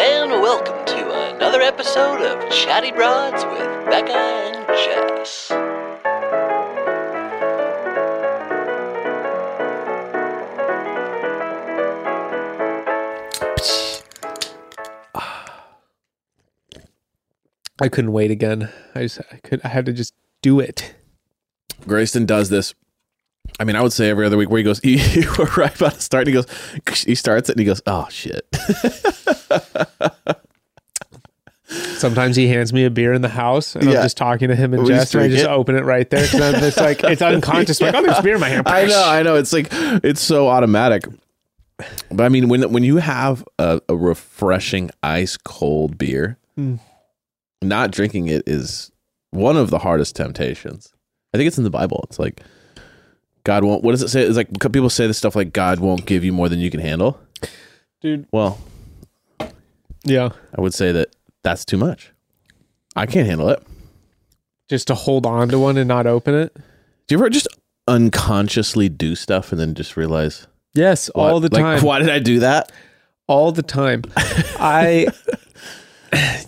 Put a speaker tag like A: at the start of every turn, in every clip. A: welcome to another episode of Chatty Broads with Becca and Jess.
B: I couldn't wait again. I just I could I had to just do it.
C: Grayston does this. I mean, I would say every other week where he goes, "You you were right about to start." And he goes, he starts it and he goes, "Oh shit!"
B: Sometimes he hands me a beer in the house and
C: Yeah.
B: I'm just talking to him and
C: We
B: Jess and I
C: drink
B: just
C: it.
B: open it right there. 'cause I'm just like it's unconscious. Like, oh there's beer in my hand.
C: I know, I know. It's like it's so automatic. But I mean, when when you have a, a refreshing ice cold beer,
B: Mm.
C: not drinking it is one of the hardest temptations. I think it's in the Bible. It's like God won't. What does it say? It's like people say this stuff like God won't give you more than you can handle.
B: Dude.
C: Well,
B: Yeah.
C: I would say that that's too much. I can't handle it.
B: Just to hold on to one and not open it.
C: Do you ever just unconsciously do stuff and then just realize
B: Yes,
C: what-
B: all the
C: like,
B: time.
C: Why did I do that?
B: All the time. I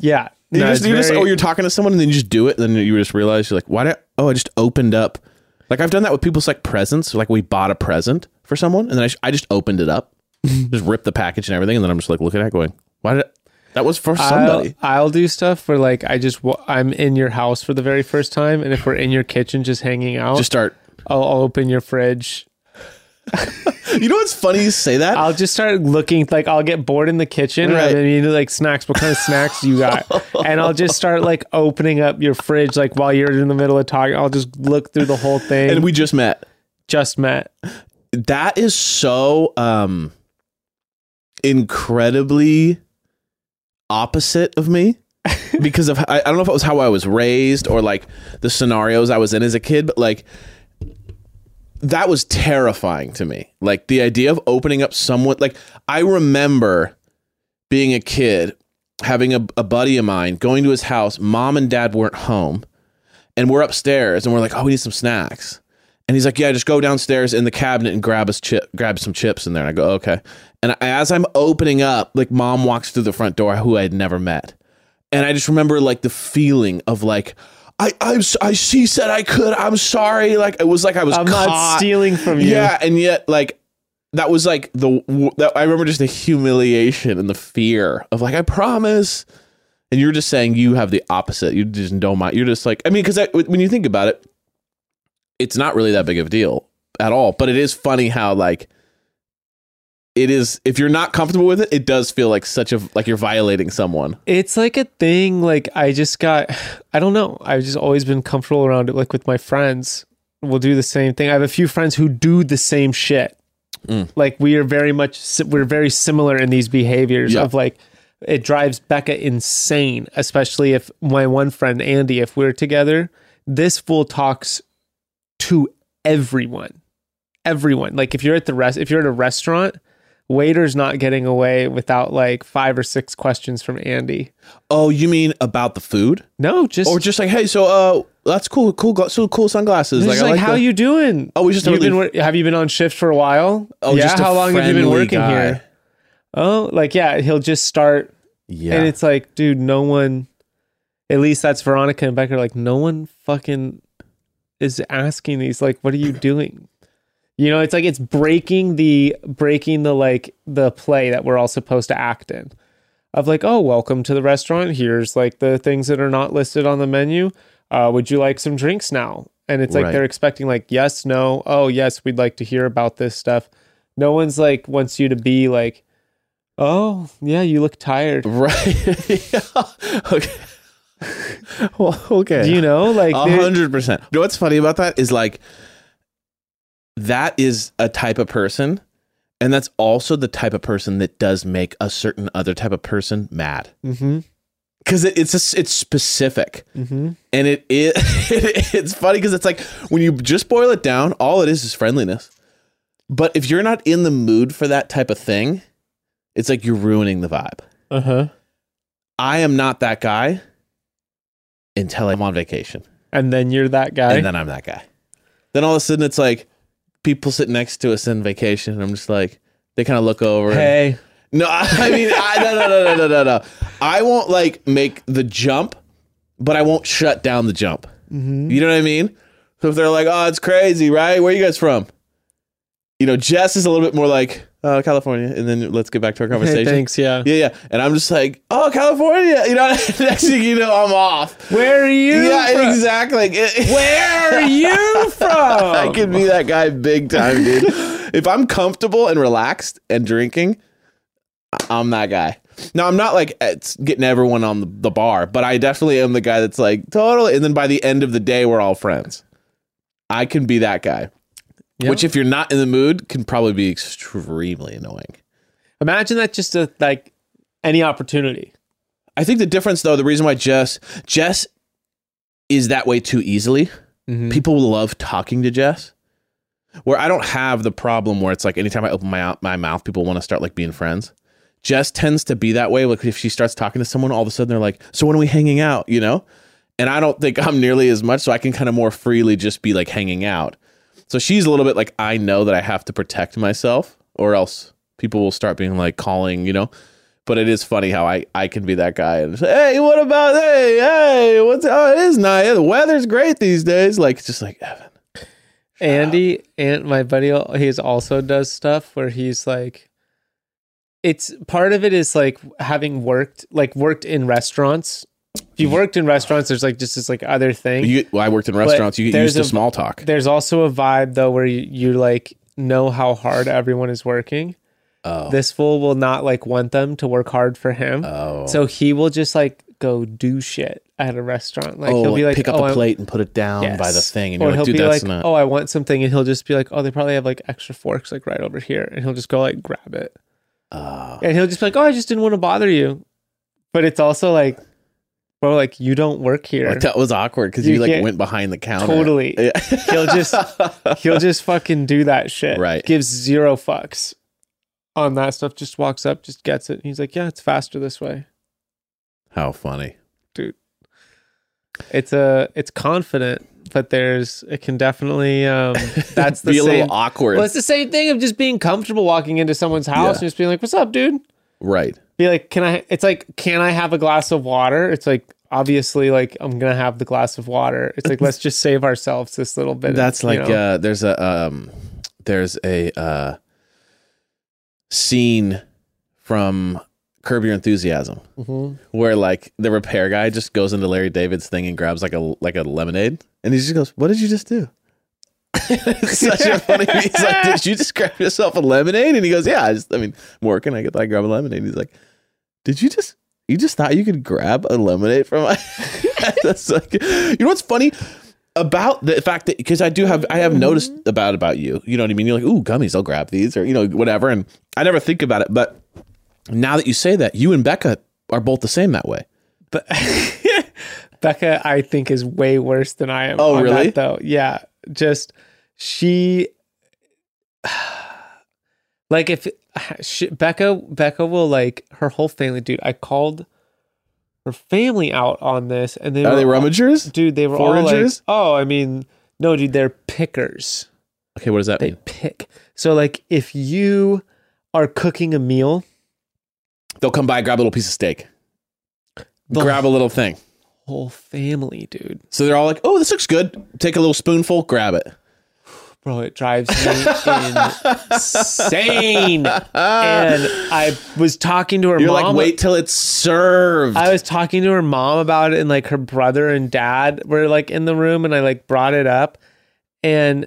B: Yeah.
C: You
B: No,
C: just,
B: it's
C: you just
B: very-
C: oh, you're talking to someone and then you just do it, and then you just realize you're like, why did? oh, I just opened up. Like I've done that with people's like presents. Like we bought a present for someone, and then I, sh- I just opened it up, just ripped the package and everything, and then I'm just like looking at it going, why did? I- that was for somebody.
B: I'll, I'll do stuff where like I just wa- I'm in your house for the very first time, and if we're in your kitchen just hanging out,
C: just start.
B: I'll, I'll open your fridge.
C: You know what's funny? You say that.
B: I'll just start looking like I'll get bored in the kitchen.
C: Right.
B: And I mean, like snacks. What kind of snacks you got? And I'll just start like opening up your fridge, like while you're in the middle of talking. I'll just look through the whole thing.
C: and we just met.
B: just met.
C: that is so um incredibly opposite of me because of I, I don't know if it was how I was raised or like the scenarios I was in as a kid, but like that was terrifying to me. Like the idea of opening up someone like I remember being a kid having a, a buddy of mine going to his house, mom and dad weren't home, and we're upstairs and we're like, Oh, we need some snacks. And he's like, "Yeah, just go downstairs in the cabinet and grab us chip, grab some chips in there." And I go, "Okay." And I- as I'm opening up, like mom walks through the front door, who I had never met, and I just remember like the feeling of like, "I, I'm, s- I, she said I could. I'm sorry." Like it was like I was
B: I'm
C: caught.
B: not stealing from you.
C: Yeah, and yet like that was like the that, I remember just the humiliation and the fear of like I promise, and you're just saying you have the opposite. You just don't mind. You're just like I mean because when you think about it, it's not really that big of a deal at all. But it is funny how like it is if you're not comfortable with it, it does feel like such a like you're violating someone.
B: It's like a thing. Like I just got, I don't know. I've just always been comfortable around it. Like with my friends, we'll do the same thing. I have a few friends who do the same shit.
C: Mm.
B: Like we are very much, si- we're very similar in these behaviors
C: Yeah.
B: of like, it drives Becca insane, especially if my one friend Andy, if we're together, this fool talks to everyone, everyone. Like if you're at the rest, if you're at a restaurant, waiter's not getting away without like five or six questions from Andy.
C: Oh, you mean about the food
B: No, just
C: or Oh, just like hey, so uh, that's cool, cool, gla- so cool sunglasses.
B: just like,
C: I like
B: how
C: the-
B: you doing?
C: Oh, we just
B: You've
C: really-
B: been wor- have you been on shift for a while?
C: Oh,
B: yeah.
C: just a
B: how long have you been
C: friendly
B: working
C: guy.
B: here? Oh, like yeah, he'll just start,
C: yeah.
B: and it's like, dude, no one. At least that's Veronica and Becker. Like, no one fucking is asking these. Like, what are you doing? You know, it's like it's breaking the breaking the like the play that we're all supposed to act in. of like, oh, welcome to the restaurant. Here's like the things that are not listed on the menu. Uh, would you like some drinks now? And it's like
C: Right.
B: they're expecting like yes, no, oh yes, we'd like to hear about this stuff. No one's like wants you to be like, oh yeah, you look tired.
C: Right. yeah. Okay. well, okay.
B: You know, like
C: A
B: they're-
C: hundred percent. You know what's funny about that is like that is a type of person, and that's also the type of person that does make a certain other type of person mad
B: Mhm,
C: because it, it's a s it's specific
B: mhm.
C: and it, it, it's funny because it's like when you just boil it down all it is is friendliness but if you're not in the mood for that type of thing it's like you're ruining the vibe
B: Uh huh.
C: I am not that guy until I'm on vacation.
B: And then you're that guy.
C: And then I'm that guy. Then all of a sudden it's like people sit next to us in vacation and I'm just like they kind of look over. and-
B: hey,
C: no, I mean I, no, no, no, no, no, no, no. I won't like make the jump, but I won't shut down the jump.
B: Mm-hmm.
C: You know what I mean? So if they're like, "Oh, it's crazy, right? Where you guys from?" You know, Jess is a little bit more like uh, California, and then let's get back to our
B: Hey,
C: conversation.
B: thanks. Yeah.
C: Yeah, yeah. And I'm just like, "Oh, California," you know. Next thing you know, I'm off.
B: Where are you?
C: Yeah,
B: from?
C: exactly. Like, it-
B: Where are you from?
C: I could be that guy big time, dude. if I'm comfortable and relaxed and drinking, I- I'm that guy. Now I'm not like it's getting everyone on the, the bar, but I definitely am the guy that's like totally. And then by the end of the day, we're all friends. I can be that guy,
B: Yeah.
C: which if you're not in the mood, can probably be extremely annoying.
B: Imagine that just a, like any opportunity.
C: I think the difference, though, the reason why Jess Jess is that way too easily.
B: Mm-hmm.
C: People love talking to Jess. Where I don't have the problem where it's like anytime I open my my mouth, people want to start like being friends. Jess tends to be that way. Like if she starts talking to someone, all of a sudden they're like, "So when are we hanging out?" You know. And I don't think I'm nearly as much, so I can kind of more freely just be like hanging out. So she's a little bit like I know that I have to protect myself, or else people will start being like calling, you know. But it is funny how I, I can be that guy and say, hey, what about hey hey what's oh it is nice the weather's great these days like it's just like Evan
B: Andy and my buddy, he's also does stuff where he's like, it's part of it is like having worked, like worked in restaurants. If you worked in restaurants, there's like just this like other thing.
C: you well, I worked in restaurants you get
B: there's
C: used to
B: a-
C: small talk
B: there's also a vibe though where you, you like know how hard everyone is working.
C: oh
B: This fool will not like want them to work hard for him.
C: oh
B: So he will just like go do shit at a restaurant. Like
C: oh
B: he'll be like,
C: pick up
B: oh,
C: a
B: I'm-
C: plate and put it down by the
B: Yes.
C: thing and
B: or
C: you're
B: he'll
C: like dude
B: be
C: that's
B: like,
C: not
B: "Oh, I want something," and he'll just be like, "Oh, they probably have like extra forks like right over here," and he'll just go like grab it,
C: oh.
B: and he'll just be like, "Oh, I just didn't want to bother you," but it's also like, bro, like you don't work here.
C: Like, that was awkward because
B: You
C: you, like
B: can't-
C: went behind the counter
B: Totally,
C: Yeah.
B: he'll just he'll just fucking do that shit.
C: Right.
B: gives zero fucks on that stuff. Just walks up, just gets it. And he's like, "Yeah, it's faster this way."
C: how funny
B: It's a it's confident, but there's it can definitely um that's the
C: be a
B: same.
C: little awkward
B: Well, it's the same thing of just being comfortable walking into someone's house
C: Yeah.
B: and just being like, "What's up, dude?"
C: right
B: Be like, "Can I?" It's like, "Can I have a glass of water?" It's like, obviously, like I'm gonna have the glass of water. It's like, let's just save ourselves this little bit. of-
C: That's
B: you
C: like
B: know?
C: uh, there's a um, there's a uh, scene from Curb Your Enthusiasm
B: Mhm.
C: where like the repair guy just goes into Larry David's thing and grabs like a like a lemonade and he just goes, "What did you just do?" it's such a funny. He's like, "Did you just grab yourself a lemonade?" And he goes, "Yeah, I just I mean, I'm working. I get I grab a lemonade." he's like, "Did you just?" You just thought you could grab a lemonade from my. That's like, you know what's funny? about the fact that because I do have I have noticed about about you. You know what I mean? You're like, ooh, gummies, I'll grab these or you know whatever, and I never think about it. But now that you say that, you and Becca are both the same that way.
B: But Becca, I think, is way worse than I am.
C: Oh,
B: on that,
C: really?
B: though, yeah. Just she, like, if she, Becca, Becca will like her whole family, dude. I called her family out on this, and they
C: Are they
B: were-
C: rummagers?
B: dude. They were
C: Foragers?
B: all like, oh, I mean, no, dude, they're pickers
C: Okay, what does that
B: they
C: mean?
B: pick. So like if you are cooking a meal,
C: They'll come by, grab a little piece of steak,
B: the
C: grab a little thing.
B: whole family, dude.
C: So they're all like, oh, this looks good. Take a little spoonful, grab it.
B: Bro, it drives me insane. And I was talking to her
C: Ah, You're
B: mom.
C: like, wait till it's served.
B: I was talking to her mom about it, and like her brother and dad were like in the room, and I like brought it up, and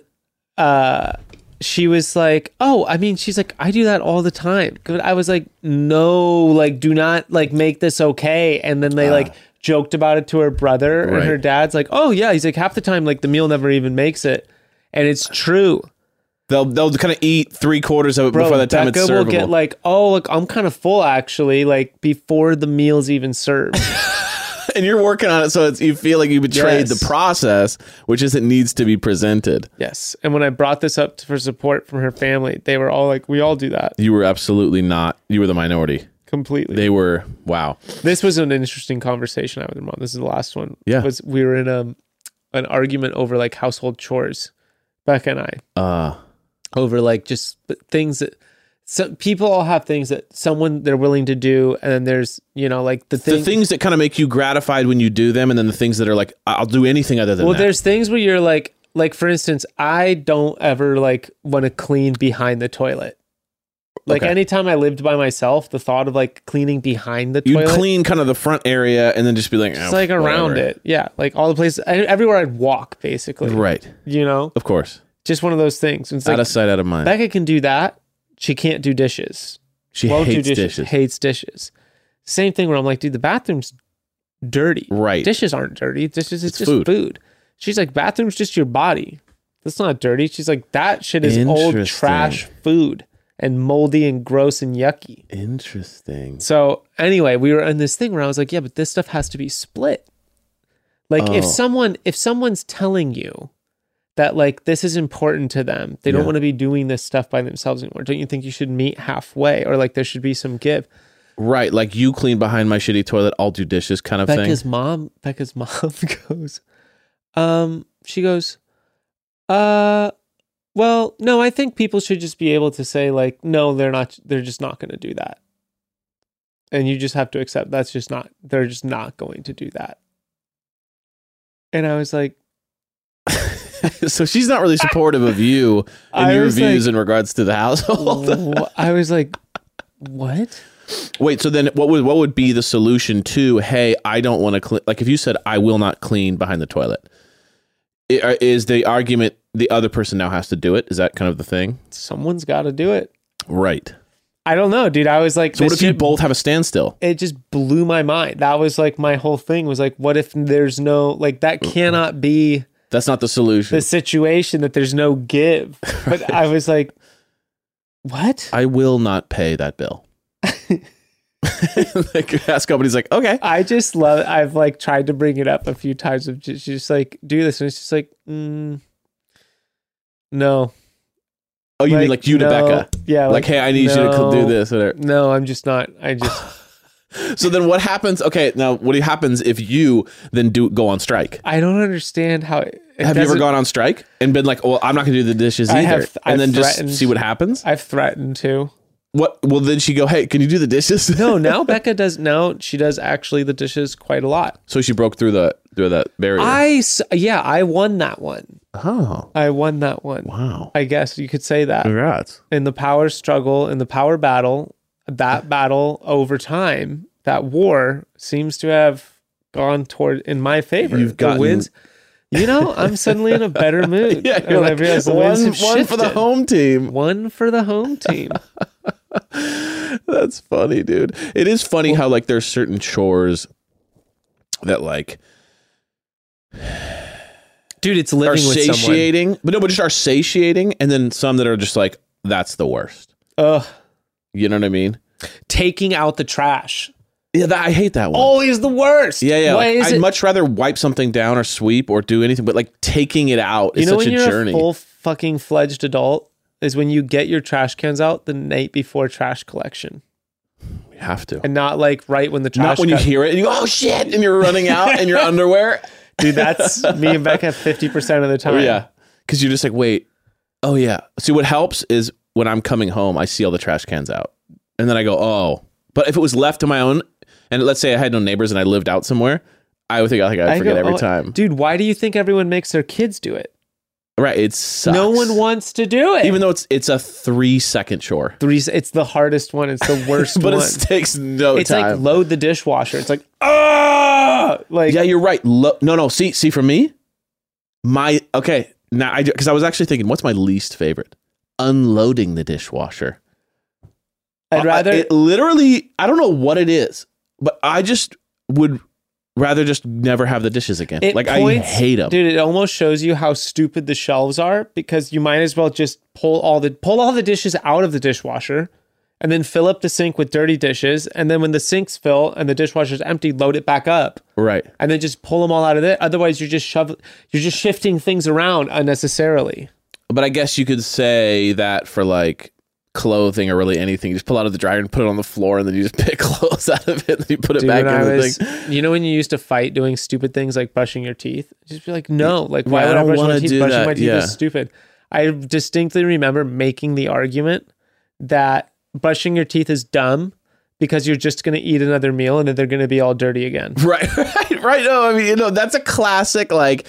B: uh, she was like, "Oh, I mean, she's like, I do that all the time." 'Cause I was like, "No, like, do not like make this okay." And then they like joked about it to her brother, and her
C: Ah. Right.
B: dad's like, "Oh yeah," he's like, half the time like the meal never even makes it, and it's true.
C: they'll they'll kind of eat three quarters of it
B: Bro,
C: before the time
B: Becca
C: it's
B: will
C: servable.
B: get like, "Oh, look, I'm kind of full actually," like before the meal's even served.
C: and you're working on it so it's you feel like you betrayed
B: Yes.
C: the process which is it needs to be presented
B: Yes. And when I brought this up for support from her family, they were all like, we all do that
C: you were absolutely not you were the minority
B: completely.
C: they were wow
B: this was an interesting conversation I had with mom. This is the last one.
C: Yeah.
B: Was we were in um an argument over like household chores, Becca and I,
C: uh
B: over like just th- things that so people all have things that someone they're willing to do, and then there's you know like the thing.
C: the things that kind of make you gratified when you do them, and then the things that are like, I- I'll do anything other than
B: well,
C: that.
B: there's things where you're like, like for instance, I don't ever like want to clean behind the toilet. Like
C: Okay.
B: anytime I lived by myself, the thought of like cleaning behind the
C: You'd
B: toilet,
C: clean kind of the front area and then just be like,
B: just
C: "Oh,
B: like around
C: whatever."
B: it, yeah, like all the places, I- everywhere I'd walk, basically,
C: Right.
B: you know,
C: Of course.
B: just one of those things. It's
C: out
B: like
C: of sight, out of mind.
B: Becca can do that. She can't do dishes.
C: she
B: won't
C: hates
B: do dishes,
C: dishes.
B: Hates dishes. Same thing where I'm like, dude, the bathroom's dirty.
C: Right.
B: Dishes aren't dirty. Dishes it's,
C: It's
B: just food.
C: food.
B: She's like, bathroom's just your body. That's not dirty. She's like, that shit is old trash
C: Interesting.
B: food and moldy and gross and yucky.
C: Interesting.
B: So anyway, we were in this thing where I was like, yeah, but this stuff has to be split. Like if
C: Oh.
B: someone if someone's telling you that like this is important to them, they don't
C: Yeah.
B: want to be doing this stuff by themselves anymore. Don't you think you should meet halfway or like there should be some give?
C: Right. Like you clean behind my shitty toilet, I'll do dishes kind of thing.
B: Becca's mom, Becca's mom goes, um, she goes, uh, well, no, I think people should just be able to say like, no, they're not, they're just not going to do that, and you just have to accept that's just not, they're just not going to do that. And I was like,
C: so she's not really supportive of you and
B: I
C: your
B: was
C: views
B: like-
C: in regards to the household.
B: wh- I was like, what?
C: Wait, so then what would what would be the solution to hey, I don't want to clean like if you said I will not clean behind the toilet. i- uh, Is the argument the other person now has to do it? Is that kind of the thing?
B: Someone's got to do it.
C: Right.
B: I don't know, dude. I was like,
C: So what
B: this
C: if you
B: shit
C: both have a standstill?
B: it just blew my mind. That was like my whole thing was like, what if there's no like that cannot be
C: That's not the solution.
B: the situation that there's no give. But I was like, what?
C: I will not pay that bill. the gas company's like, okay.
B: I just love. I've like tried to bring it up a few times of just, just like do this, and it's just like, mm, no.
C: Oh, you mean like you to
B: no.
C: Becca?
B: Yeah.
C: Like, hey, I need you to cl-
B: no.
C: do this. Whatever.
B: No, I'm just not. I just.
C: So then what happens? Okay, now what happens if you then do go on strike?
B: I don't understand how. It, it
C: Have you ever
B: doesn't-
C: gone on strike and been like, "Well, I'm not going to do the dishes either,"
B: I have-
C: and
B: I've
C: then
B: threatened-
C: just see what happens?
B: I've threatened to.
C: What? Well, then she go, "Hey, can you do the dishes?"
B: No, now Becca does. Now she does actually the dishes quite a lot.
C: so she broke through the through that barrier.
B: I s- yeah, I won that one.
C: oh,
B: I won that one.
C: wow!
B: I guess you could say
C: Mm.
B: that.
C: Congrats.
B: In the power struggle, in the power battle, that battle over time, that war seems to have gone toward in my favor.
C: You've
B: The
C: gotten-
B: wins. You know, I'm suddenly in a better mood.
C: Yeah,
B: And
C: you're
B: I
C: like,
B: realize the
C: one,
B: winds have
C: one for the
B: shifted.
C: home team.
B: One for the home team.
C: That's funny, dude. It is funny how like there's certain chores that like
B: Dude, it's
C: are
B: living with someone.
C: satiating, but no, but just are satiating, and then some that are just like that's the worst.
B: Ugh.
C: You know what I mean?
B: Taking out the trash.
C: Yeah, that, I hate that one.
B: Always the worst.
C: Oh, yeah, yeah.
B: Why
C: like,
B: is
C: I'd
B: it
C: much rather wipe something down or sweep or do anything, but like taking it out is
B: you know
C: such
B: when
C: a
B: you're
C: journey.
B: a full fucking fledged adult is when you get your trash cans out the night before trash collection
C: you have to.
B: and not like right when the trash
C: Not when you
B: co-
C: hear it and you go, oh shit, and you're running out in your underwear.
B: dude that's me and becca 50% of the time
C: Oh, yeah. Because you're just like, wait, oh yeah. See, what helps is when I'm coming home, I see all the trash cans out. And then I go, oh. But if it was left to my own, and let's say I had no neighbors and I lived out somewhere, I would think, I think I'd
B: I
C: forget
B: go,
C: every
B: "Oh,
C: time.
B: dude why do you think everyone makes their kids do it
C: Right. It sucks.
B: no one wants to do it
C: Even though it's it's a three second chore,
B: Three- it's the hardest one it's the worst
C: but
B: one
C: it takes no
B: it's
C: time.
B: like load the dishwasher it's like ah like
C: yeah, you're right. Lo- no, no. See, see, for me, my okay. Now I because I was actually thinking, what's my least favorite? Unloading the dishwasher.
B: i'd
C: I-
B: rather
C: it literally. I don't know what it is, but I just would rather just never have the dishes again.
B: It
C: Like
B: points-
C: I hate them.
B: Dude, it almost shows you how stupid the shelves are because you might as well just pull all the pull all the dishes out of the dishwasher and then fill up the sink with dirty dishes and then when the sinks fill and the dishwasher's empty, load it back up
C: Right.
B: and then just pull them all out of there. Otherwise, you're just shove you're just shifting things around unnecessarily.
C: But I guess you could say that for like clothing or really anything. You just pull out of the dryer and put it on the floor, and then you just pick clothes out of it, and you put it
B: Dude,
C: back
B: when
C: in
B: I
C: the
B: was,
C: thing.
B: you know, when you used to fight doing stupid things like brushing your teeth, just be like, no, like why
C: Yeah, I
B: would I
C: don't
B: brush my
C: wanna
B: teeth?
C: do
B: Brushing
C: that,
B: my teeth
C: yeah.
B: is stupid. I distinctly remember making the argument that brushing your teeth is dumb because you're just going to eat another meal and then they're going to be all dirty again.
C: Right, right, right. No, I mean, you know, that's a classic. Like,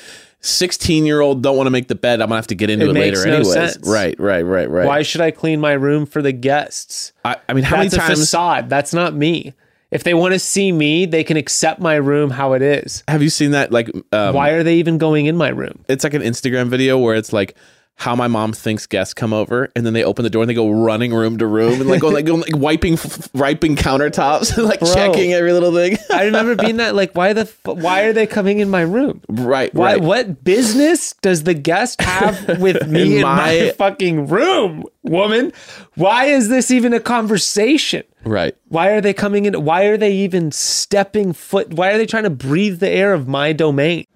C: sixteen-year-old don't want to make the bed. I'm gonna have to get into
B: It
C: it,
B: makes
C: later,
B: no
C: anyways.
B: sense.
C: Right, right, right, right.
B: Why should I clean my room for the guests?
C: I, I mean, how
B: That's
C: many
B: a
C: times
B: facade. That's not me. If they want to see me, they can accept my room how it is.
C: have you seen that? Like, um,
B: Why are they even going in my room?
C: it's like an Instagram video where it's like how my mom thinks guests come over, and then they open the door and they go running room to room and like go like, go, like wiping f- wiping countertops and like
B: Bro.
C: checking every little thing.
B: I remember being that like, why the f- why are they coming in my room?
C: right,
B: Why,
C: right.
B: What business does the guest have with me in,
C: In
B: my,
C: my-
B: fucking room, woman? Why is this even a conversation?
C: Right.
B: Why are they coming in? Why are they even stepping foot? Why are they trying to breathe the air of my domain?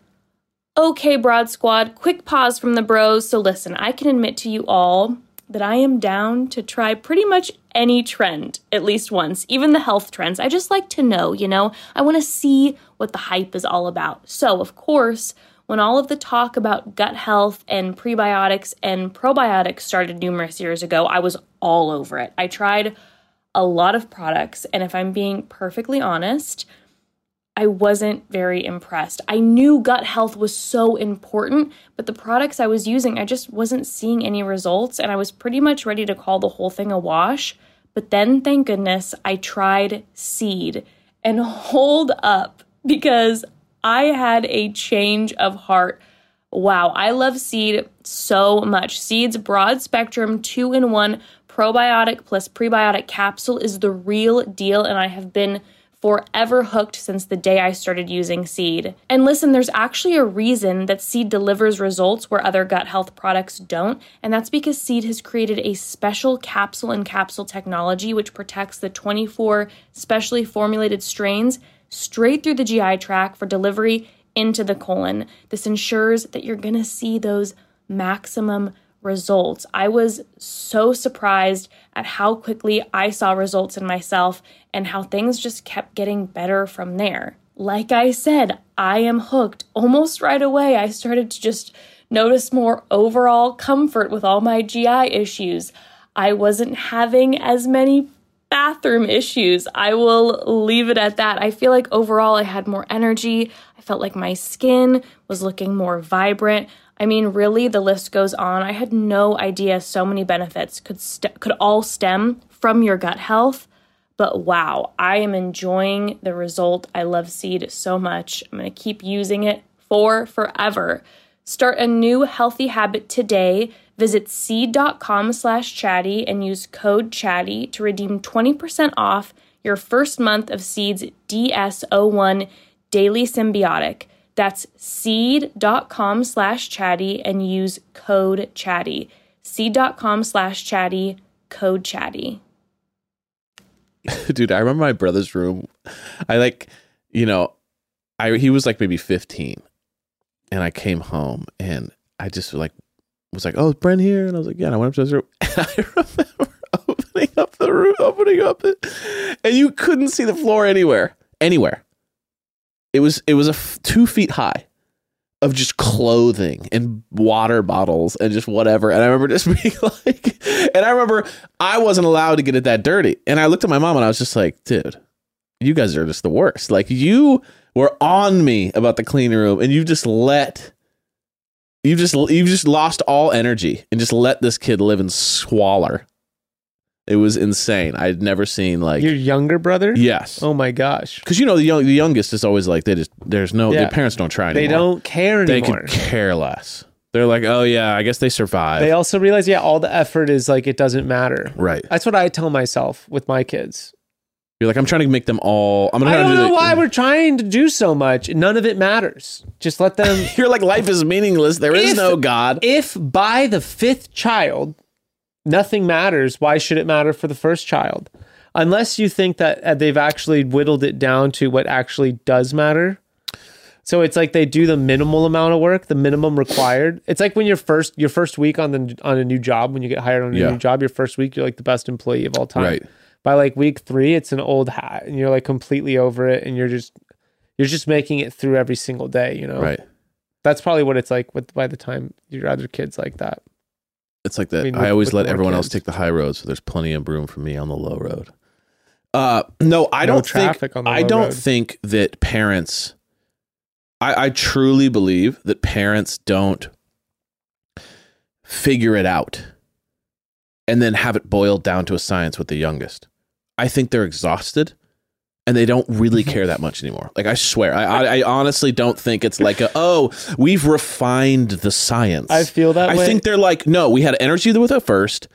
D: Okay, Broad Squad, quick pause from the bros. So, listen, I can admit to you all that I am down to try pretty much any trend at least once, even the health trends. I just like to know, you know? I want to see what the hype is all about. So, of course, when all of the talk about gut health and prebiotics and probiotics started numerous years ago, I was all over it. I tried a lot of products, and if I'm being perfectly honest, I wasn't very impressed. I knew gut health was so important, but the products I was using, I just wasn't seeing any results, and I was pretty much ready to call the whole thing a wash. But then, thank goodness, I tried seed and hold up because I had a change of heart. Wow, I love seed so much. Seed's broad spectrum two in one probiotic plus prebiotic capsule is the real deal, and I have been forever hooked since the day I started using seed. And listen, there's actually a reason that seed delivers results where other gut health products don't, and that's because seed has created a special capsule and capsule technology which protects the 24 specially formulated strains straight through the GI tract for delivery into the colon. This ensures that you're going to see those maximum results. I was so surprised at how quickly I saw results in myself and how things just kept getting better from there. Like I said, I am hooked. Almost right away, I started to just notice more overall comfort with all my GI issues. I wasn't having as many bathroom issues. I will leave it at that. I feel like overall I had more energy. I felt like my skin was looking more vibrant. I mean, really, the list goes on. I had no idea so many benefits could st- could all stem from your gut health. But wow, I am enjoying the result. I love seed so much. I'm going to keep using it for forever. Start a new healthy habit today. Visit seed.com slash chatty and use code chatty to redeem 20% off your first month of Seed's DS01 Daily Symbiotic. That's seed.com slash chatty and use code chatty. Seed.com slash chatty, code chatty.
C: dude i remember my brother's room i like you know i he was like maybe 15 and i came home and i just like was like oh is brent here and i was like yeah and i went up to his room and i remember opening up the room opening up it and you couldn't see the floor anywhere anywhere it was it was a f- two feet high of just clothing and water bottles and just whatever. And I remember just being like, and I remember I wasn't allowed to get it that dirty. And I looked at my mom and I was just like, dude, you guys are just the worst. Like you were on me about the clean room and you just let you just you just lost all energy and just let this kid live in squalor. It was insane. I had never seen like
B: Your younger brother?
C: yes.
B: Oh my gosh.
C: Cuz you know the young, the youngest is always like they just there's no
B: Yeah.
C: their parents don't try
B: They
C: anymore
B: don't care
C: they
B: anymore.
C: could care less. They're like, oh yeah, I guess they survive.
B: They also realize, yeah, all the effort is like it doesn't matter.
C: right.
B: That's what I tell myself with my kids.
C: You're like, I'm trying to make them all. I'm gonna
B: I
C: try to
B: don't
C: do
B: know
C: the- Mm.
B: why we're trying to do so much. None of it matters. Just let them.
C: You're like, life is meaningless. There is
B: If-
C: no God.
B: if by the fifth child, nothing matters, why should it matter for the first child? Unless you think that uh, they've actually whittled it down to what actually does matter. So it's like they do the minimal amount of work, the minimum required. It's like when your first your first week on the on a new job, when you get hired on a
C: Yeah.
B: new job, your first week you're like the best employee of all time.
C: Right.
B: By like week three, it's an old hat, and you're like completely over it, and you're just you're just making it through every single day. You know,
C: Right.
B: that's probably what it's like with by the time your other kids like that.
C: It's like that. I,
B: mean, with-
C: always
B: with
C: let
B: more
C: everyone else
B: kids.
C: take the high road, so there's plenty of room for me on the low road. Uh, no, I
B: No
C: don't
B: traffic
C: think.
B: on the
C: I
B: low
C: don't
B: road.
C: think that parents. I, I truly believe that parents don't figure it out and then have it boiled down to a science with the youngest. I think they're exhausted and they don't really
B: Mm-hmm.
C: care that much anymore. Like I swear, I, I, I honestly don't think it's like a, oh, we've refined the science.
B: I feel that
C: I
B: way.
C: think they're like, no, we had energy with it first.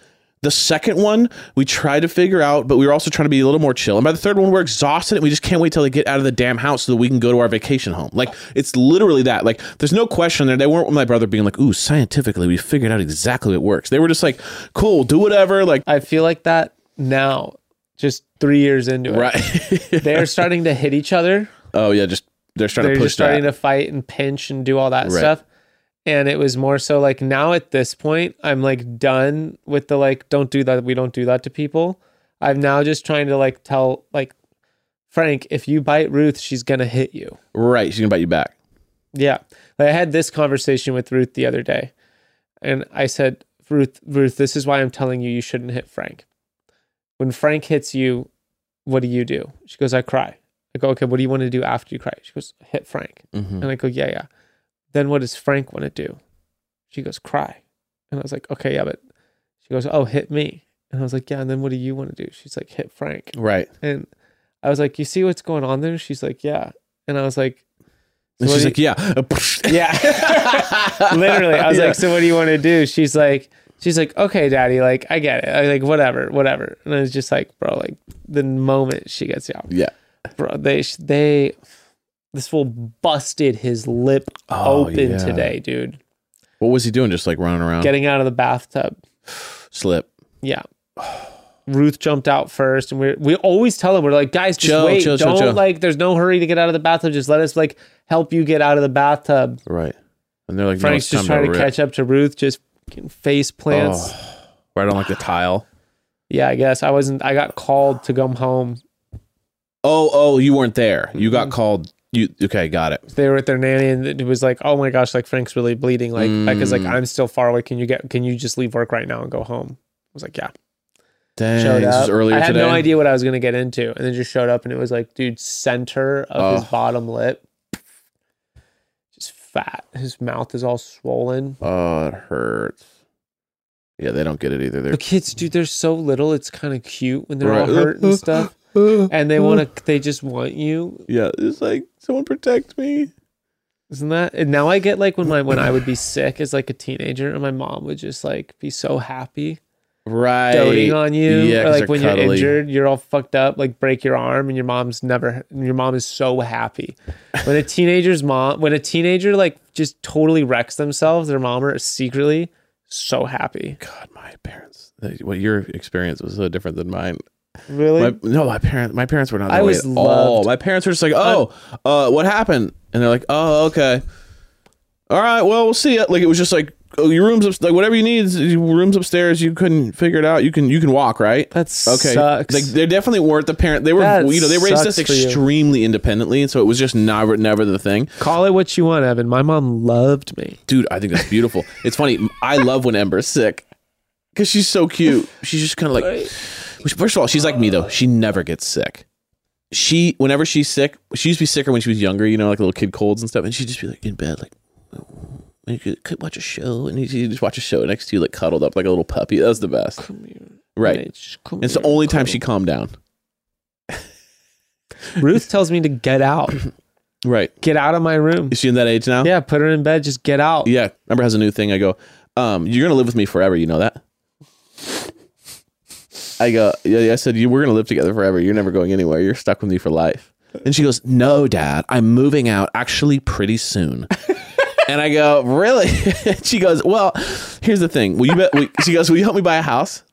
C: The second one, we tried to figure out, but we were also trying to be a little more chill. And by the third one, we're exhausted and we just can't wait till they get out of the damn house so that we can go to our vacation home. Like, it's literally that. Like, there's no question there. They weren't with my brother being like, ooh, scientifically, we figured out exactly what works. They were just like, cool, do whatever. Like,
B: I feel like that now, just three years into it.
C: right.
B: They're starting to hit each other.
C: oh, yeah, just they're starting
B: They're
C: to
B: just
C: push
B: starting
C: that.
B: to fight and pinch and do all that
C: Right.
B: stuff. And it was more so like now at this point, I'm like done with the like, don't do that. We don't do that to people. I'm now just trying to like tell, like, Frank, if you bite Ruth, she's going to hit you.
C: right. She's going to bite you back.
B: Yeah. Like I had this conversation with Ruth the other day. And I said, Ruth, Ruth, this is why I'm telling you you shouldn't hit Frank. When Frank hits you, what do you do? She goes, I cry. I go, okay, what do you want to do after you cry? She goes, hit Frank.
C: Mhm.
B: And I go, yeah, yeah. Then what does Frank want to do? She goes, cry. And I was like, okay, yeah, but she goes, oh, hit me. And I was like, yeah, and then what do you want to do? She's like, hit Frank.
C: Right.
B: And I was like, you see what's going on there? She's like, yeah. And I was like,
C: And
B: "So what
C: she's
B: do
C: like, yeah.
B: yeah. Literally. I was
C: Yeah.
B: like, so what do you want to do? She's like, she's like, okay, daddy, like, I get it. I was like, whatever, whatever. And I was just like, bro, like the moment she gets out,
C: yeah.
B: bro, they, they, this fool busted his lip
C: Oh,
B: open
C: yeah.
B: today, dude.
C: What was he doing? Just like running around,
B: Getting out of the bathtub.
C: slip.
B: Yeah. Ruth jumped out first, and we we always tell him we're like, guys, just
C: Chill,
B: wait,
C: chill, chill,
B: don't
C: chill."
B: like. There's no hurry to get out of the bathtub. Just let us like help you get out of the bathtub.
C: Right. And they're like, no,
B: Frank's
C: it's
B: just
C: time
B: trying to,
C: rip.
B: catch up to Ruth, just fucking face plants.
C: Oh, right on like the tile.
B: Yeah, I guess I wasn't. I got called to come home.
C: Oh, oh, you weren't there. You
B: Mm-hmm.
C: got called. You okay? Got it.
B: They were with their nanny, and it was like, "Oh my gosh, like Frank's really bleeding. Like Becca's like,
C: Mm.
B: I'm still far away. Can you get? Can you just leave work right now and go home?" I was like, "Yeah."
C: Dang,
B: Showed
C: this
B: up.
C: was earlier
B: I had
C: today.
B: no idea what I was gonna get into, and then just showed up, and it was like, dude, center of his
C: Oh.
B: bottom lip, just fat. His mouth is all swollen.
C: Oh, it hurts. Yeah, they don't get it either. They're
B: The kids, dude, they're so little. It's kind of cute when they're
C: Right.
B: all hurt and stuff, and they want to. They just want you.
C: yeah, it's like someone protect me.
B: Isn't that and now I get like when my when I would be sick as like a teenager and my mom would just like be so happy
C: Right,
B: doting on you. or
C: Yeah, 'cause
B: like
C: they're
B: when you're
C: cuddly.
B: injured, you're all fucked up, like break your arm and your mom's never your mom is so happy. When a teenager's mom when a teenager like just totally wrecks themselves, their mom are secretly so happy.
C: God, my parents. they- What your experience was so different than mine.
B: Really?
C: My, no, my parents. My parents were not.
B: I
C: That way
B: was
C: at all.
B: loved.
C: My parents were just like, "Oh, uh, what happened?" And they're like, "Oh, okay, all right. Well, we'll see it." Like it was just like, "Oh, your room's up, like whatever you need. is- Your room's upstairs. You couldn't figure it out. You can you can walk, right?"
B: That's
C: okay.
B: okay. Sucks.
C: Like they definitely weren't the parent. They were
B: That
C: you know they raised us
B: sucks for you.
C: extremely independently, and so it was just never never the thing.
B: Call it what you want, Evan. My mom loved me.
C: Dude, I think that's beautiful. it's funny. I love when Ember's sick. Cause she's so cute. She's just kind of like. First of all, she's like me though. She never gets sick. She, whenever she's sick, she used to be sicker when she was younger. You know, like little kid colds and stuff. And she'd just be like in bed, like and you could, could watch a show, and you just watch a show next to you, like cuddled up like a little puppy. That was the best,
B: Come here.
C: right?
B: bitch. Come
C: It's the
B: here.
C: only time she calmed down,
B: Ruth tells me to get out.
C: right?
B: Get out of my room.
C: Is she in that age now?
B: Yeah, put her in bed. Just get out.
C: Yeah, Amber has a new thing. I go, um, you're gonna live with me forever. You know that. I go, yeah. yeah, I said, you we're gonna live together forever. You're never going anywhere. You're stuck with me for life. And she goes, no, Dad, I'm moving out actually pretty soon. and I go, really? she goes, well, here's the thing. Will you? Bet, will, she goes, will you help me buy a house?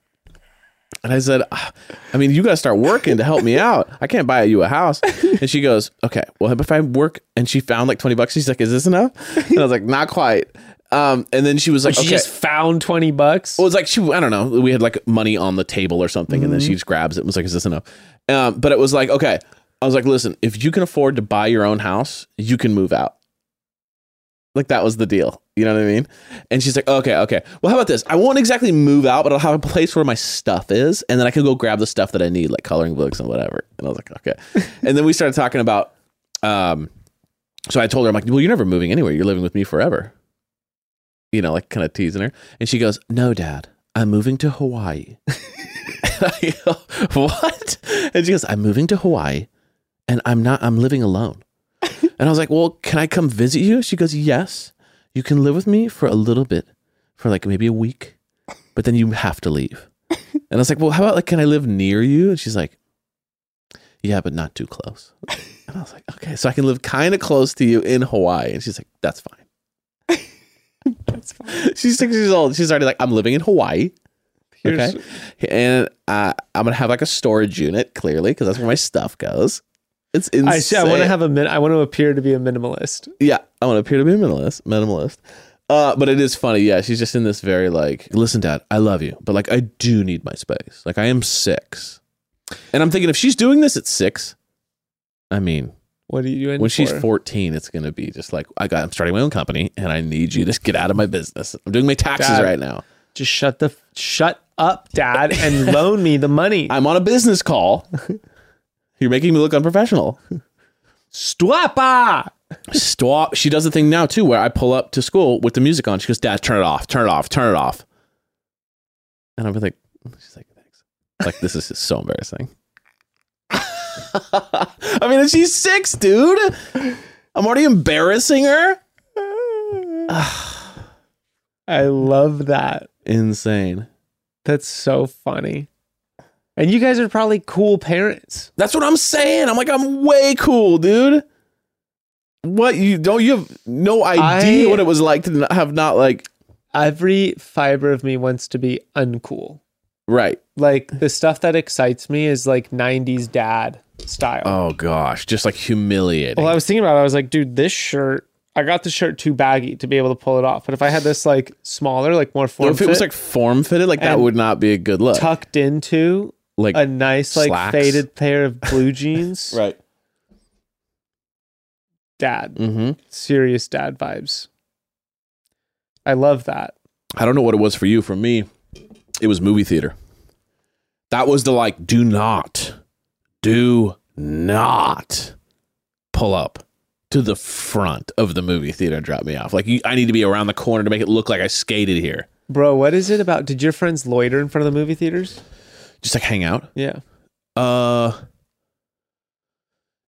C: And I said, "Ah, I mean, you got to start working to help me out. I can't buy you a house. And she goes, okay, well, if I work, and she found like 20 bucks, she's like, is this enough? And I was like, not quite. Um, and then she was like,
B: She
C: okay.
B: just found twenty bucks.
C: Well, it's like she, I don't know. We had like money on the table or something, and then she just grabs it and was like, is this enough? Um, but it was like, okay. I was like, listen, if you can afford to buy your own house, you can move out. Like that was the deal. You know what I mean? And she's like, okay, okay. Well, how about this? I won't exactly move out, but I'll have a place where my stuff is, and then I can go grab the stuff that I need, like coloring books and whatever. And I was like, okay. and then we started talking about. um So I told her, I'm like, well, you're never moving anywhere. You're living with me forever. You know, like kind of teasing her, and she goes, "No, Dad, I'm moving to Hawaii." And I go, what? And she goes, I'm moving to Hawaii and I'm not, I'm living alone. And I was like, well, can I come visit you? She goes, yes, you can live with me for a little bit, for like maybe a week, but then you have to leave. And I was like, well, how about like, can I live near you? And she's like, yeah, but not too close. And I was like, okay, so I can live kind of close to you in Hawaii. And she's like, that's fine.
B: That's fine.
C: She's six years old. She's already like, I'm living in Hawaii.
B: Here's-
C: okay. And uh, I'm going to have like a storage unit, clearly, because that's where my stuff goes. It's insane.
B: I, should- I want to have a min- I want to appear to be a minimalist.
C: Yeah, I want to appear to be a minimalist. Minimalist. Uh, but it is funny. Yeah, she's just in this very like, listen, Dad, I love you, but like, I do need my space. Like, I am six, and I'm thinking if she's doing this at six, I mean,
B: What are you doing?
C: when she's
B: for?
C: 14, it's gonna be just like, I got, I'm starting my own company, and I need you to get out of my business. I'm doing my taxes
B: Dad.
C: right now.
B: just shut the f- shut up, Dad, and loan me the money.
C: I'm on a business call. You're making me look unprofessional.
B: Stwapa.
C: Stop. She does the thing now too, where I pull up to school with the music on. She goes, "Dad, turn it off. Turn it off. Turn it off." And I'm like, she's like, "Thanks." Like this is just so embarrassing. I mean, and she's six, dude. I'm already embarrassing her.
B: I love that.
C: Insane.
B: That's so funny. And you guys are probably cool parents.
C: That's what I'm saying. I'm like, I'm way cool, dude. What you don't you have no idea
B: I-
C: what it was like to not, have not like
B: Every fiber of me wants to be uncool.
C: right.
B: Like the stuff that excites me is like 90s dad style.
C: Oh gosh, just like humiliating.
B: Well, I was thinking about it. I was like, dude, this shirt, I got the shirt too baggy to be able to pull it off. But if I had this like smaller, like more
C: Or
B: form
C: if it was like form fitted, like that
B: And
C: would not be a good look.
B: tucked into
C: like
B: a nice like
C: slacks.
B: faded pair of blue jeans,
C: right.
B: dad,
C: hmm
B: serious dad vibes. I love that.
C: I don't know what it was for you. For me, it was movie theater. That was the like, do not, do not pull up to the front of the movie theater and drop me off. Like you, I need to be around the corner to make it look like I skated here.
B: Bro, what is it about? Did your friends loiter in front of the movie theaters?
C: Just like hang out.
B: Yeah.
C: Uh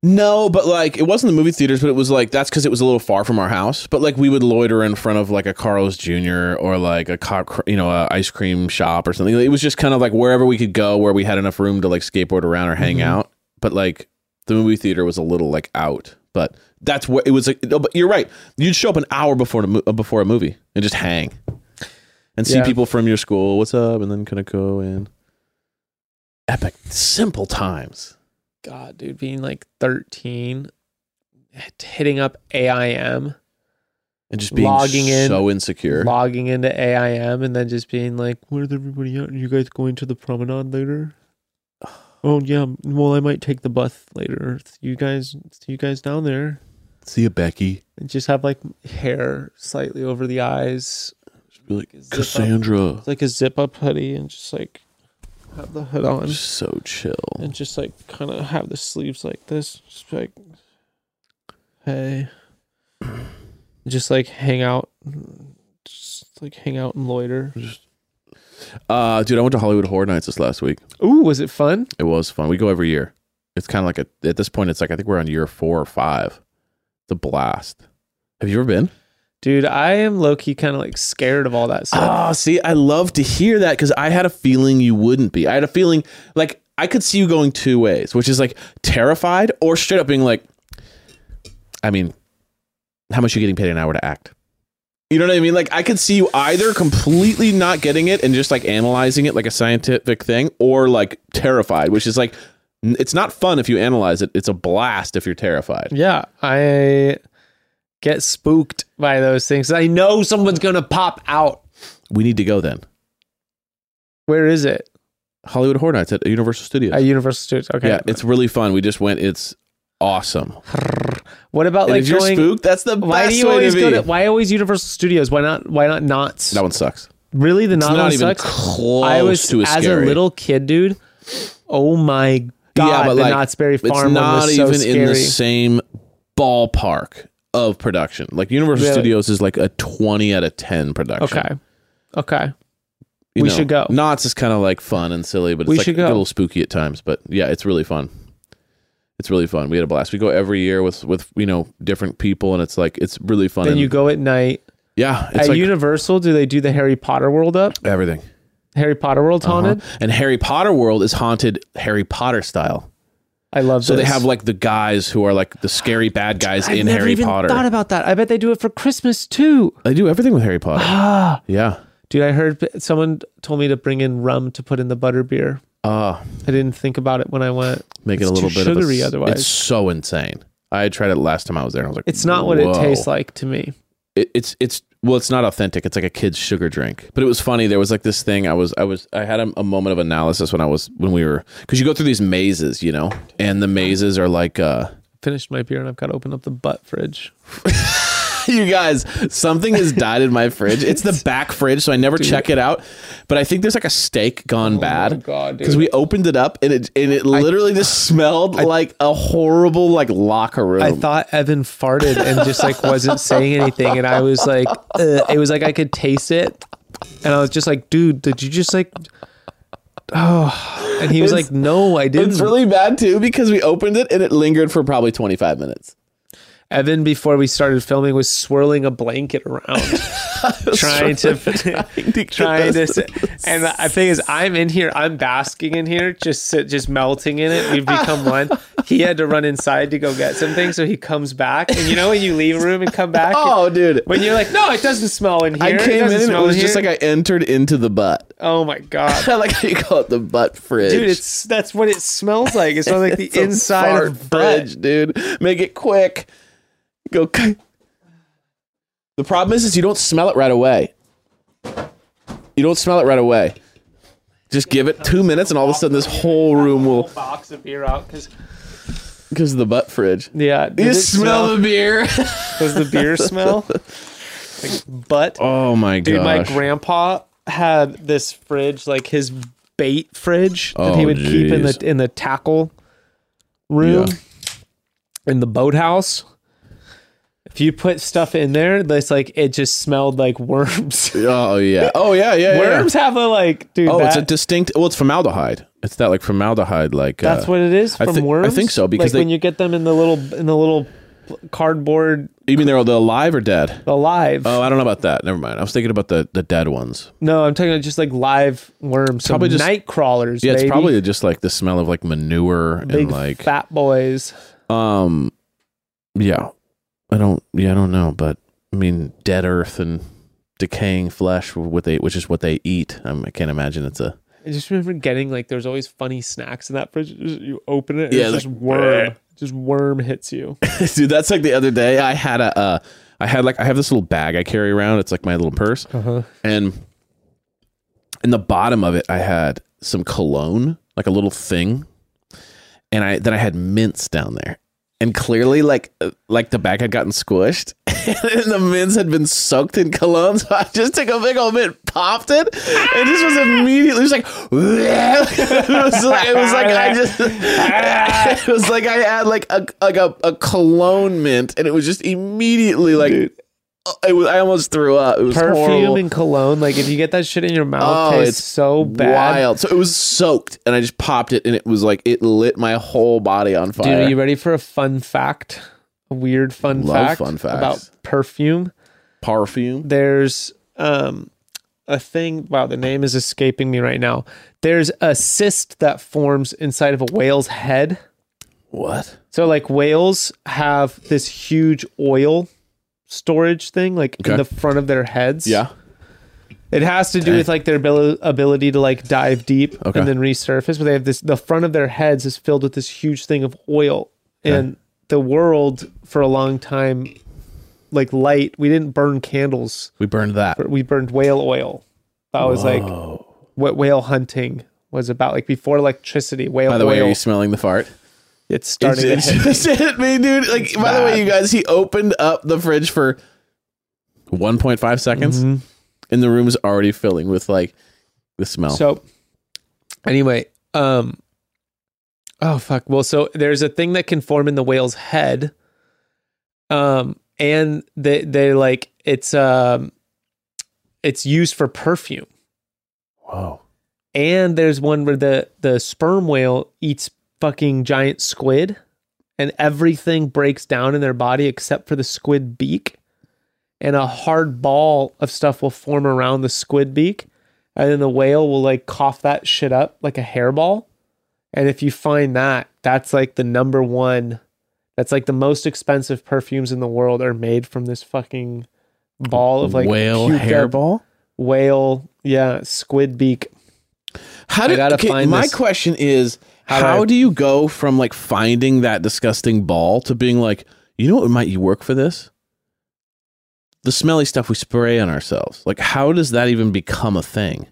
C: no, but like it wasn't the movie theaters, but it was like that's because it was a little far from our house. But like we would loiter in front of like a Carl's Jr. or like a cop, you know, a ice cream shop or something. It was just kind of like wherever we could go, where we had enough room to like skateboard around or hang out. But like the movie theater was a little like out. But that's where it was like. No, but you're right. You'd show up an hour before the mo- uh, before a movie and just hang and see
B: Yeah.
C: people from your school. What's up? And then kind of go in. Epic, simple times.
B: God, dude, being like 13, hit- hitting up AIM,
C: and just being
B: Logging in.
C: so insecure.
B: logging into AIM, and then just being like, where's everybody at? Are you guys going to the promenade later? Oh yeah. Well, I might take the bus later. See you guys, see you guys down there.
C: See you, Becky.
B: and just have like hair slightly over the eyes,
C: Just be like
B: Zip up.
C: Cassandra.
B: like a zip up hoodie, and just like have the hood on
C: Just so chill.
B: and just like kind of have the sleeves like this. Just be like, hey, just like hang out, just like hang out and loiter.
C: Uh, dude, I went to Hollywood Horror Nights this last week.
B: Ooh, was it fun?
C: It was fun. We go every year. It's kind of like a, at this point, it's like I think we're on year four or five. The blast. Have you ever been?
B: Dude, I am low key kind of like scared of all that stuff.
C: Oh, see, I love to hear that because I had a feeling you wouldn't be. I had a feeling like I could see you going two ways, which is like terrified or straight up being like, I mean, how much are you getting paid an hour to act? You know what I mean? Like I could see you either completely not getting it and just like analyzing it like a scientific thing, or like terrified, which is like n- it's not fun if you analyze it. It's a blast if you're terrified.
B: yeah, I get spooked by those things. I know someone's gonna pop out.
C: We need to go then.
B: Where is it?
C: Hollywood Horror Nights at Universal Studios.
B: At Universal Studios. Okay.
C: Yeah, it's really fun. We just went. It's awesome.
B: What about
C: And
B: like
C: if you're
B: going?
C: spooked, that's the
B: why
C: best
B: do you
C: way
B: always
C: to
B: go
C: be.
B: to? Why always Universal Studios? Why not? Why not Knott's?
C: that one sucks.
B: Really, the
C: It's
B: Knott's
C: not
B: one
C: even
B: sucks.
C: close
B: I was
C: to a
B: as
C: scary.
B: a little kid, dude. Oh my god, the Knott's Berry Farm
C: it's
B: one
C: not
B: was so
C: even
B: scary.
C: in the same ballpark of production. Like Universal
B: Really?
C: Studios is like a twenty out of ten production.
B: okay, okay.
C: You
B: We
C: know,
B: should go.
C: Knots is kind of like fun and silly, but it's
B: We
C: like
B: should go.
C: a little spooky at times. But yeah, it's really fun. It's really fun. We had a blast. We go every year with with you know different people, and it's like it's really fun.
B: Then
C: and
B: you go at night.
C: yeah, it's
B: At
C: like
B: Universal, do they do the Harry Potter World up?
C: everything.
B: Harry Potter World haunted.
C: Uh-huh. And Harry Potter World is haunted Harry Potter style.
B: I love.
C: So they
B: this.
C: have like the guys who are like the scary bad guys
B: I've
C: in
B: never
C: Harry
B: even
C: Potter.
B: Thought about that. I bet they do it for Christmas too.
C: they do everything with Harry Potter.
B: Ah.
C: yeah.
B: Dude, I heard someone told me to bring in rum to put in the butter beer.
C: Uh,
B: I didn't think about it when I went.
C: make
B: It's
C: it a little
B: too
C: bit
B: sugary
C: of a, s-
B: otherwise.
C: It's so insane. I tried it last time I was there. And I was like,
B: It's not what
C: "Whoa."
B: it tastes like to me.
C: it, it's it's well it's not authentic it's like a kid's sugar drink but it was funny there was like this thing i was i was i had a, a moment of analysis when i was when we were because you go through these mazes you know and the mazes are like uh
B: Finished my beer and I've got to open up the butt fridge.
C: you guys something has died in my fridge it's the back fridge so i never check it out but i think there's like a steak gone bad
B: Oh God, dude.
C: because we opened it up and it and it literally just smelled like a horrible like locker room
B: I thought Evan farted and just like wasn't saying anything, and I was like, Ugh. it was like I could taste it, and I was just like, dude, did you just like? Oh, and he was
C: It's-
B: like, no, I didn't.
C: it's really bad too because we opened it and it lingered for probably 25 minutes
B: Evan, before we started filming, was swirling a blanket around, trying to trying to. sit- And the thing is, I'm in here. I'm basking in here, just sit, just melting in it. We've become one. He had to run inside to go get something, so he comes back. And you know when you leave a room and come back,
C: Oh, dude.
B: when you're like, no, it doesn't smell in
C: I
B: here.
C: came in
B: doesn't
C: and it
B: smell
C: was just
B: here."
C: like I entered into the butt.
B: oh my god.
C: I like how you call it the butt fridge.
B: Dude, it's that's what it smells like. It smells like the
C: It's a
B: inside
C: fart
B: of fridge.
C: fridge, dude. Make it quick. Go. c- The problem is, is you don't smell it right away. You don't smell it right away. Just give it two minutes, and all of a sudden, this whole room will
B: box of beer out because
C: because of the butt fridge.
B: yeah, did
C: You
B: it
C: smell, the beer.
B: Does the beer smell? Like butt.
C: oh my god,
B: Dude, my grandpa had this fridge, like his bait fridge that he
C: Oh,
B: would keep in the
C: jeez.
B: in the tackle room in the boathouse. If you put stuff in there, that's like it just smelled like worms.
C: Oh yeah. Oh yeah. Yeah. yeah.
B: worms have a like, dude.
C: Oh, it's a
B: that-
C: distinct. Well, it's formaldehyde. It's that like formaldehyde. Like
B: that's
C: uh,
B: what it is
C: I
B: from
C: thi- I
B: worms.
C: think so, because
B: like
C: they-
B: when you get them in the little in the little cardboard
C: You mean they're, they're alive or dead?
B: alive.
C: Oh, I don't know about that. Never mind. I was thinking about the, the dead ones.
B: No, I'm talking about just like live worms. Probably
C: Probably
B: just
C: just-
B: night crawlers.
C: Yeah, it's
B: baby.
C: probably just like the smell of like manure
B: big
C: and like
B: fat boys.
C: um, yeah. I don't. Yeah, I don't know, but I mean, dead earth and decaying flesh, what they, which is what they eat. Um, I can't imagine it's a.
B: I just remember getting like there's always funny snacks in that fridge. Just- You open it, and
C: Yeah,
B: it's
C: like,
B: just worm, just worm hits you.
C: Dude, that's like the other day. I had a, uh, I had like I have this little bag I carry around. It's like my little purse, and in the bottom of it, I had some cologne, like a little thing, and I then I had mints down there, and clearly like uh, like the bag had gotten squished, and the mints had been soaked in cologne. So I just took a big old mint, popped it, and just was immediately just like, it was like it was like I just it was like I had like a like a, a cologne mint, and it was just immediately like. uh, It was, I almost threw up. It was
B: Perfume
C: horrible.
B: and cologne, like if you get that shit in your mouth,
C: Oh,
B: tastes
C: it's
B: so bad.
C: Wild. So it was soaked, and I just popped it, and it was like it lit my whole body on
B: Dude,
C: fire.
B: are you ready for a fun fact? A weird fun
C: Love
B: fact
C: fun facts.
B: about perfume.
C: Parfume.
B: There's um a thing. Wow, the name is escaping me right now. There's a cyst that forms inside of a whale's head.
C: What?
B: So like whales have this huge oil storage thing like in
C: Okay.
B: the front of their heads.
C: Yeah.
B: It has to do with like their abil- ability to like dive deep
C: Okay.
B: and then resurface, but they have this the front of their heads is filled with this huge thing of oil. And the world for a long time like light, we didn't burn candles,
C: We burned that.
B: but we burned whale oil. That was like what whale hunting was about like before electricity, whale
C: By the way,
B: oil.
C: are you smelling the fart?
B: It's starting.
C: It
B: to hit me.
C: just hit me, dude. Like, by the
B: bad.
C: way, you guys, he opened up the fridge for 1.5 seconds,
B: Mhm.
C: and the room is already filling with like the smell.
B: So anyway, um oh fuck. Well, so there's a thing that can form in the whale's head. Um and they they like it's um it's used for perfume.
C: Whoa.
B: And there's one where the the sperm whale eats fucking giant squid and everything breaks down in their body except for the squid beak. And a hard ball of stuff will form around the squid beak. And then the whale will like cough that shit up like a hairball. And if you find that, that's like the number one, that's like the most expensive perfumes in the world are made from this fucking ball of like
C: Whale
B: puked up
C: hairball?
B: Whale, yeah, squid beak.
C: How
B: I
C: did
B: gotta
C: okay,
B: find
C: my
B: this.
C: question is
B: How
C: how,
B: do I-
C: do you go from like finding that disgusting ball to being like, you know what might you work for this? The smelly stuff we spray on ourselves. Like how does that even become a thing?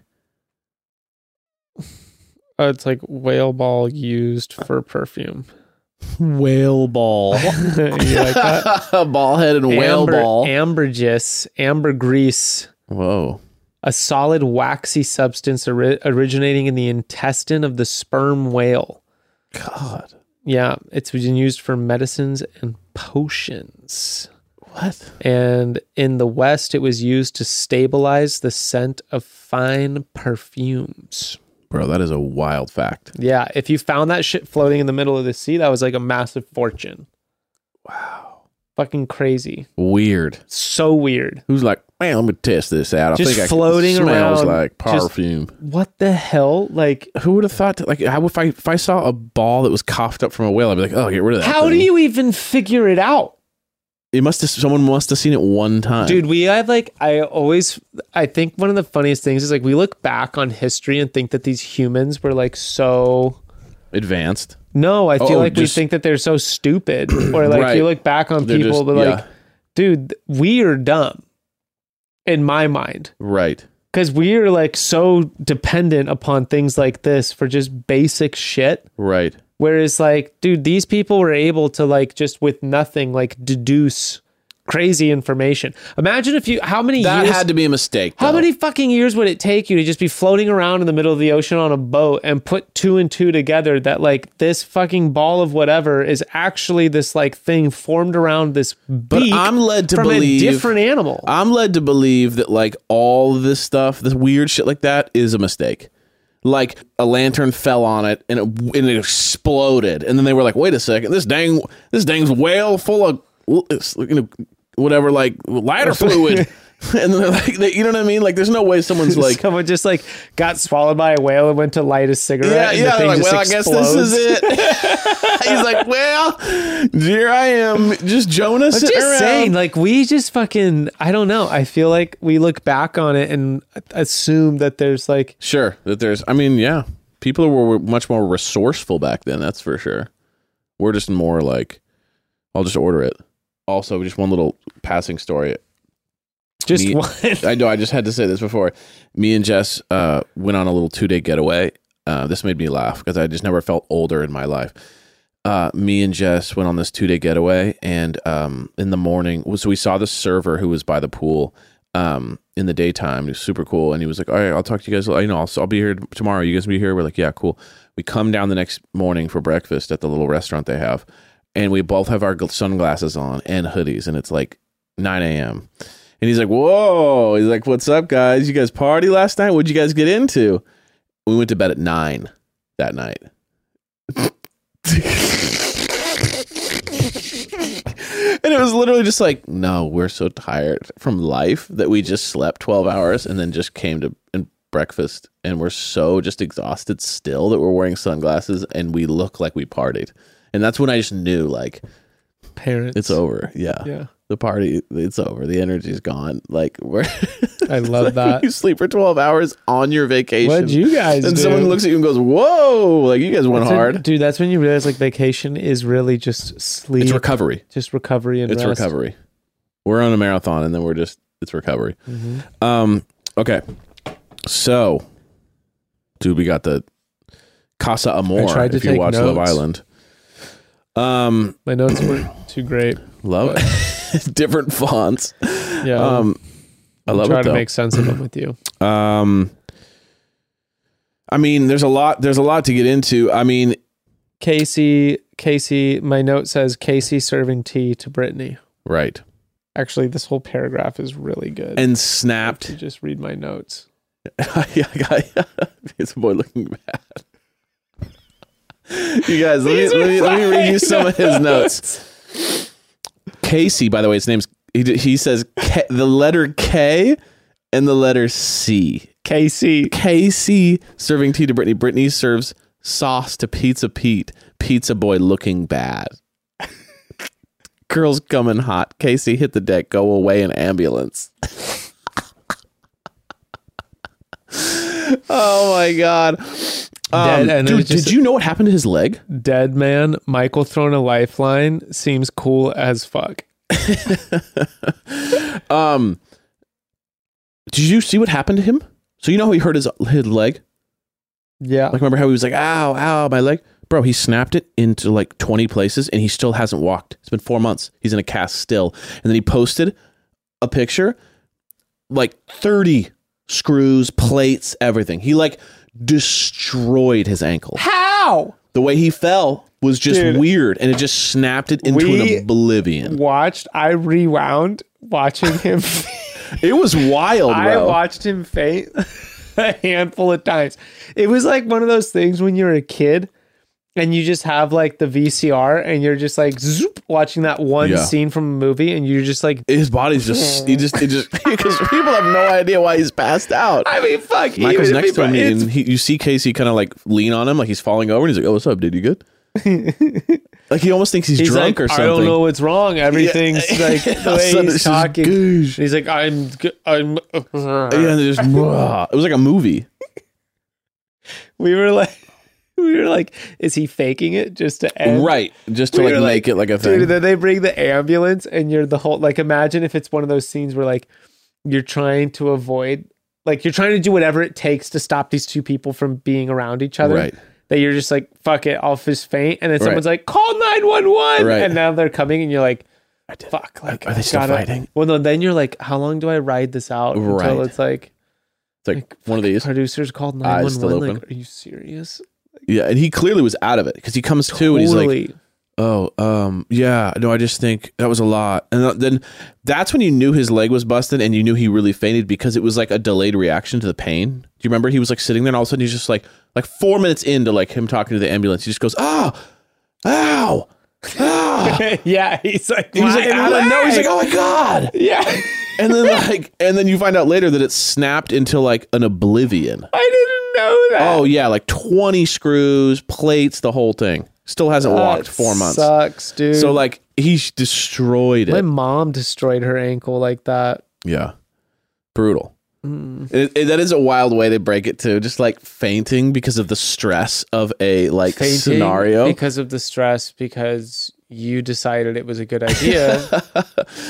B: Oh, it's like whale ball used for perfume.
C: Whale ball.
B: you like that?
C: ball head and whale
B: Amber-
C: ball.
B: Ambergris, ambergris,
C: Whoa.
B: a solid waxy substance ori- originating in the intestine of the sperm whale.
C: God.
B: Yeah, it's been used for medicines and potions.
C: What?
B: And in the West, it was used to stabilize the scent of fine perfumes.
C: Bro, that is a wild fact.
B: Yeah, if you found that shit floating in the middle of the sea, that was like a massive fortune.
C: Wow.
B: Fucking crazy.
C: Weird.
B: So weird.
C: Who's like, man, let me test this out. I
B: Just
C: think I can-
B: floating
C: smells
B: around,
C: like
B: just-
C: perfume.
B: What the hell? Like,
C: Who would have thought? That, like, how if I if I saw a ball that was coughed up from a whale, I'd be like, "Oh, get rid of that."
B: how do
C: thing."
B: you even figure it out?
C: It must have. Someone must have seen it one time,
B: Dude, we have like, I always, I think one of the funniest things is like, we look back on history and think that these humans were like so.
C: Advanced.
B: No, I feel
C: Oh,
B: like
C: just-
B: we think that they're so stupid. Or like,
C: Right.
B: you look back on
C: They're
B: people,
C: just-
B: but like,
C: yeah.
B: dude, we are dumb in my mind.
C: Right.
B: Because we are like so dependent upon things like this for just basic shit.
C: Right.
B: Whereas, like, dude, these people were able to like just with nothing like deduce crazy information. Imagine if you how many
C: That
B: years
C: had to be a mistake.
B: how
C: though.
B: many fucking years would it take you to just be floating around in the middle of the ocean on a boat and put two and two together that like this fucking ball of whatever is actually this like thing formed around this beak
C: I'm led to
B: from
C: believe-
B: a different animal.
C: I'm led to believe that like all this stuff, this weird shit like that, is a mistake. Like a lantern fell on it and it and it exploded, and then they were like, "Wait a second, this dang this dang's whale full of you know whatever like lighter fluid." And then they're like, they, you know what I mean? Like, there's no way someone's like,
B: Someone just like got swallowed by a whale and went to light a cigarette.
C: yeah,
B: and the
C: yeah.
B: thing
C: they're like,
B: just
C: well, I guess
B: explodes.
C: this is it. He's like, well, here I am, just Jonas.
B: I'm just
C: around.
B: saying, like we just fucking I don't know. I feel like we look back on it and assume that there's like
C: Sure, that there's. I mean, yeah, people were were much more resourceful back then. That's for sure. We're just more like, I'll just order it. Also, just one little passing story.
B: just
C: Me-
B: one.
C: I know I just had to say this before. Me and Jess uh, went on a little two day getaway. Uh, this made me laugh because I just never felt older in my life. Uh, me and Jess went on this two day getaway, and um, in the morning, so we saw the server who was by the pool um, in the daytime. He was super cool, and he was like, "All right, I'll talk to you guys. You know, I'll, I'll be here tomorrow. You guys be here." We're like, "Yeah, cool." We come down the next morning for breakfast at the little restaurant they have, and we both have our gl- sunglasses on and hoodies, and it's like 9 a.m. And he's like, Whoa. He's like, What's up, guys? You guys party last night? What'd you guys get into? We went to bed at nine that night. and it was literally just like, No, we're so tired from life that we just slept 12 hours and then just came to and breakfast. And we're so just exhausted still that we're wearing sunglasses and we look like we partied. And that's when I just knew, like,
B: Parents,
C: it's over. Yeah
B: Yeah,
C: the party it's over the energy's gone like we're
B: I love that.
C: you sleep for 12 hours on your vacation
B: What'd you guys
C: and
B: do?
C: someone looks at you and goes whoa like you guys went
B: That's when-
C: hard
B: dude. That's when you realize like vacation is really just sleep,
C: it's recovery
B: just recovery and
C: it's
B: rest.
C: recovery we're on a marathon and then we're just it's recovery
B: Mm-hmm.
C: um okay so dude we got the casa amor
B: I tried to
C: if you
B: take
C: watch love
B: notes.
C: island Um,
B: My notes weren't too great.
C: love it. different fonts.
B: Yeah.
C: Um, I
B: I'll
C: love
B: try
C: it
B: to
C: though.
B: make sense of them with you.
C: um, I mean, there's a lot. There's a lot to get into. I mean,
B: Casey, Casey, my note says Casey serving tea to Brittany.
C: right
B: Actually, this whole paragraph is really good.
C: and
B: to
C: snapped.
B: just read my notes.
C: yeah, guy. it's a boy looking bad. You guys, let me,
B: These are
C: let, me, let me read you
B: my
C: some of his notes. Casey, by the way, his name's he, d- he says K, the letter K and the letter C.
B: Casey,
C: KC serving tea to Brittany. Brittany serves sauce to Pizza Pete. Pizza Boy looking bad. Girls coming hot. Casey hit the deck. Go away in ambulance. oh my god. Um,
B: Dead, and it
C: dude,
B: was just-
C: did you know what happened to his leg?
B: dead man, Michael throwing a lifeline seems cool as fuck.
C: Um, did you see what happened to him? So you know how he hurt his his leg?
B: Yeah.
C: Like remember how he was like, ow, ow, my leg? Bro, he snapped it into like 20 places and he still hasn't walked. It's been four months. He's in a cast still. And then he posted a picture, like 30 screws, plates, everything. He like destroyed his ankle.
B: How?
C: The way he fell was just
B: Dude.
C: weird and it just snapped it into
B: We-
C: an oblivion.
B: Watched, I rewound watching him.
C: It was wild,
B: I
C: bro.
B: watched him faint a handful of times. It was like one of those things when you're a kid and you just have like the VCR and you're just like zoop watching that one
C: Yeah.
B: scene from a movie and you're just like,
C: his body's just, he just, it just, because people have no idea why he's passed out.
B: I mean, fuck.
C: Michael's
B: even if
C: next to him,
B: he- it's
C: and he, you see Casey kind of like lean on him, like he's falling over, and he's like, "Oh, what's up, dude? You good?" like he almost thinks he's,
B: He's
C: drunk
B: like,
C: or something.
B: I don't know what's wrong. Everything's like the
C: All of a
B: way
C: sudden
B: he's
C: it's just
B: talking.
C: goosh.
B: He's like, I'm, g- I'm.
C: Yeah, and they're just, "Mwah." it was like a movie.
B: We were like, we were like, is he faking it just to end?
C: right, just to
B: We
C: like
B: were like,
C: make it like a
B: Dude,
C: thing.
B: and then they bring the ambulance, and you're the whole like. Imagine if it's one of those scenes where like you're trying to avoid, like you're trying to do whatever it takes to stop these two people from being around each other.
C: Right.
B: That you're just like, fuck it, I'll just faint, and then
C: Right.
B: someone's like, call nine one one,
C: Right.
B: and now they're coming, and you're like,
C: I did-
B: fuck, like
C: Are they still
B: gotta-
C: fighting?
B: Well, no, then you're like, how long do I ride this out
C: Right.
B: until it's like
C: It's like one of these.
B: producers called nine
C: Eyes
B: one
C: still
B: one? Like,
C: open.
B: are you serious?
C: Yeah, and he clearly was out of it because he comes to and he's like, "Oh, um, yeah, no, I just think that was a lot." And then that's when you knew his leg was busted, and you knew he really fainted because it was like a delayed reaction to the pain. Do you remember? He was like sitting there, and all of a sudden he's just like, like four minutes into like him talking to the ambulance, he just goes, "Oh, ow, ow."
B: yeah, he's like,
C: He's like,
B: "My
C: I don't know. He's
B: leg!"
C: like, oh my god!
B: yeah,
C: And then like, and then you find out later that it snapped into like an oblivion.
B: I didn't know that.
C: Oh yeah, like twenty screws, plates, the whole thing. Still hasn't walked
B: That
C: four months.
B: Sucks, dude.
C: So like, he's destroyed it.
B: my mom destroyed her ankle like that.
C: Yeah. Brutal.
B: Mm.
C: It, it- that is a wild way to break it too. Just like fainting because of the stress of a like
B: Fainting
C: scenario.
B: because of the stress because you decided it was a good idea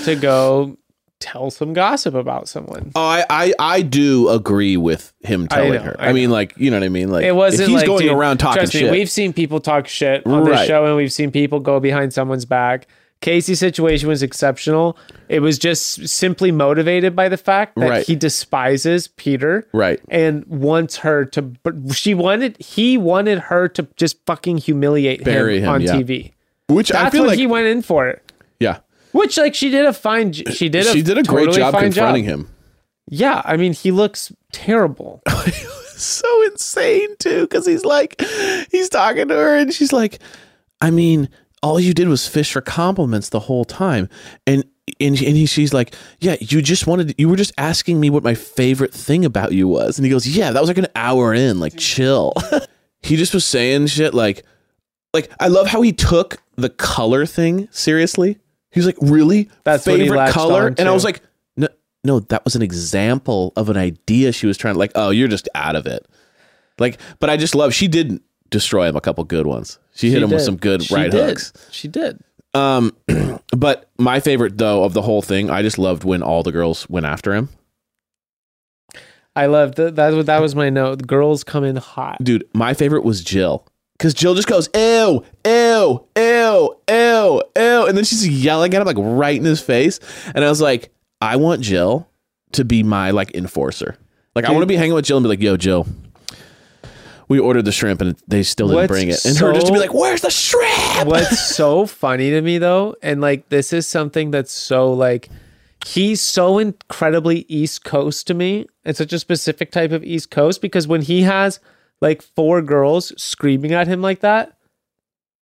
B: to go tell some gossip about someone.
C: oh, I, I I do agree with him telling
B: know,
C: her.
B: I
C: I, mean, like you know what I mean. Like
B: It wasn't.
C: if he's
B: like,
C: going
B: dude,
C: around talking
B: trust me,
C: shit.
B: We've seen people talk shit on this
C: Right.
B: show, and we've seen people go behind someone's back. Casey's situation was exceptional. It was just simply motivated by the fact that
C: Right.
B: he despises Peter,
C: Right.
B: and wants her to. But she wanted. He wanted her to just fucking humiliate
C: Bury him,
B: on
C: yeah.
B: TV.
C: Which I
B: That's
C: feel
B: what
C: like
B: he went in for.
C: yeah,
B: Which, like, she did a fine. j- She did. A
C: she did a great
B: totally
C: job
B: fine
C: confronting
B: job.
C: him.
B: Yeah, I mean, he looks terrible.
C: so insane too because he's like he's talking to her and she's like i mean all you did was fish for compliments the whole time and and, and he, she's like yeah you just wanted you were just asking me what my favorite thing about you was and he goes yeah that was like an hour in like chill he just was saying shit like like i love how he took the color thing seriously he was like really
B: That's what he
C: favorite
B: latched
C: color
B: on
C: and i
B: to.
C: was like no no that was an example of an idea she was trying to like oh you're just out of it like but i just love she did destroy him a couple good ones she, hit
B: She
C: him with
B: did.
C: some good
B: She
C: right
B: did.
C: hooks
B: She did.
C: um but my favorite though of the whole thing i just loved when all the girls went after him
B: I love that. That was that was my note. The girls come in hot.
C: dude my favorite was jill Because Jill just goes, ew, ew, ew, ew, ew. And then she's yelling at him, like right in his face. And I was like, I want Jill to be my like enforcer. Like, I want to be hanging with Jill and be like, yo, Jill, we ordered the shrimp and they still didn't
B: What's
C: bring it. And her just to be
B: so-
C: like, where's the shrimp?
B: What's so funny to me though, and like this is something that's so like he's so incredibly East Coast to me. It's such a specific type of East Coast because when he has like four girls screaming at him like that,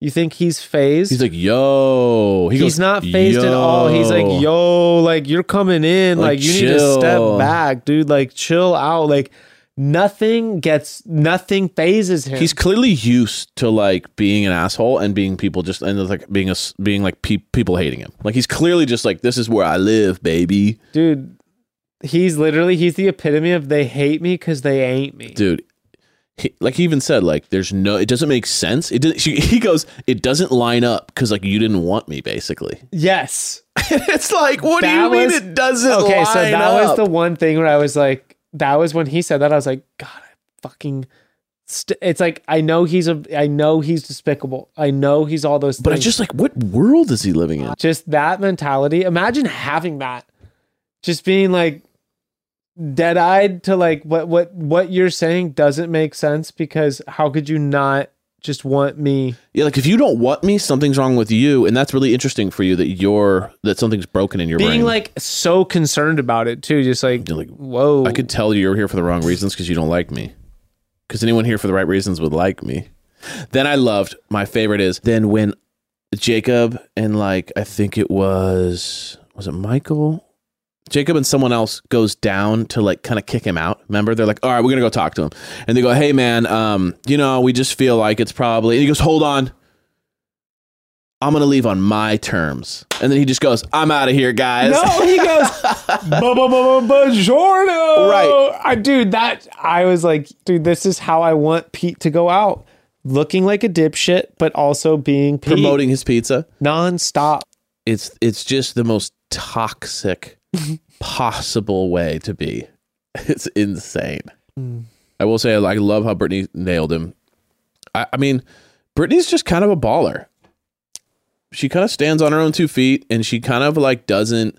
B: you think he's phased.
C: He's like, yo. He
B: he's
C: goes,
B: not phased at all. He's like, yo, like you're coming in,
C: Like,
B: like, you need to
C: chill.
B: step back, dude. Like chill out. Like nothing gets nothing phases him.
C: He's clearly used to like being an asshole and being people just and like being a s- being like pe- people hating him. Like he's clearly just like this is where I live, baby,
B: dude he's literally he's the epitome of they hate me because they ain't me
C: dude. He, like he even said, like there's no, it doesn't make sense. It didn't. She, he goes, it doesn't line up because like you didn't want me, basically.
B: yes
C: it's like, what do
B: That
C: you mean
B: was-
C: it doesn't?
B: okay so
C: line
B: that was
C: up?
B: the one thing where i was like that was when he said that i was like god i fucking st-. it's like i know he's a i know he's despicable i know he's all those
C: But I
B: things
C: just like, what world is he living in?
B: just that mentality imagine having that just being like dead-eyed to like what what what you're saying doesn't make sense because how could you not just want me
C: Yeah, like if you don't want me, something's wrong with you, and that's really interesting for you that you're that something's broken in your
B: being
C: brain.
B: like so concerned about it too just like,
C: You're like,
B: whoa
C: I could tell you're here for the wrong reasons because you don't like me. Because anyone here for the right reasons would like me. Then I loved my favorite is then when Jacob and like I think it was was it Michael? Jacob and someone else goes down to like kind of kick him out. Remember, they're like, "All right, we're gonna go talk to him," and they go, "Hey, man, um, you know, we just feel like it's probably." And he goes, "Hold on, I'm gonna leave on my terms," and then he just goes, "I'm out of here, guys."
B: no he goes buongiorno
C: Right.
B: I, dude that i was like dude this is how i want pete to go out looking like a dipshit but also being pete,
C: promoting his pizza.
B: non-stop
C: it's it's just the most toxic possible way to be. It's insane.
B: Hmm.
C: I will say, I love how Brittany nailed him. I, I mean, Brittany's just kind of a baller. She kind of stands on her own two feet, and she kind of like doesn't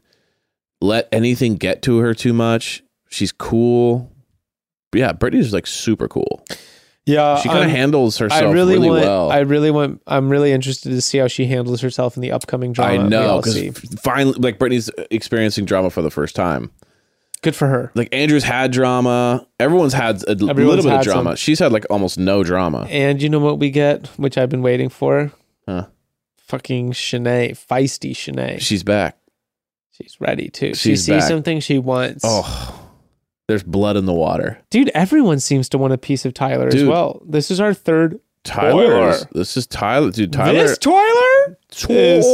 C: let anything get to her too much. She's cool. Yeah, Brittany's like super cool.
B: yeah
C: She kind of
B: I'm-
C: handles herself
B: Uh, I really,
C: really,
B: want.
C: well.
B: I really want. I'm really interested to see how she handles herself in the upcoming drama.
C: I
B: we
C: know
B: all see.
C: because finally, like Brittany's experiencing drama for the first time.
B: Good for her.
C: like Andrew's had drama. Everyone's had a little
B: Everyone's
C: bit of
B: had
C: drama.
B: some.
C: She's had like almost no drama.
B: And you know what we get, which I've been waiting for.
C: Huh.
B: Fucking Shanae, feisty Shanae.
C: She's back.
B: She's ready too. she
C: She's
B: sees
C: back.
B: something she wants.
C: Oh, there's blood in the water.
B: dude, everyone seems to want a piece of Tyler as
C: Dude.
B: well. This is our third.
C: Tyler.
B: Tyler.
C: Is, this is Tyler, dude. Tyler.
B: This Tyler, is-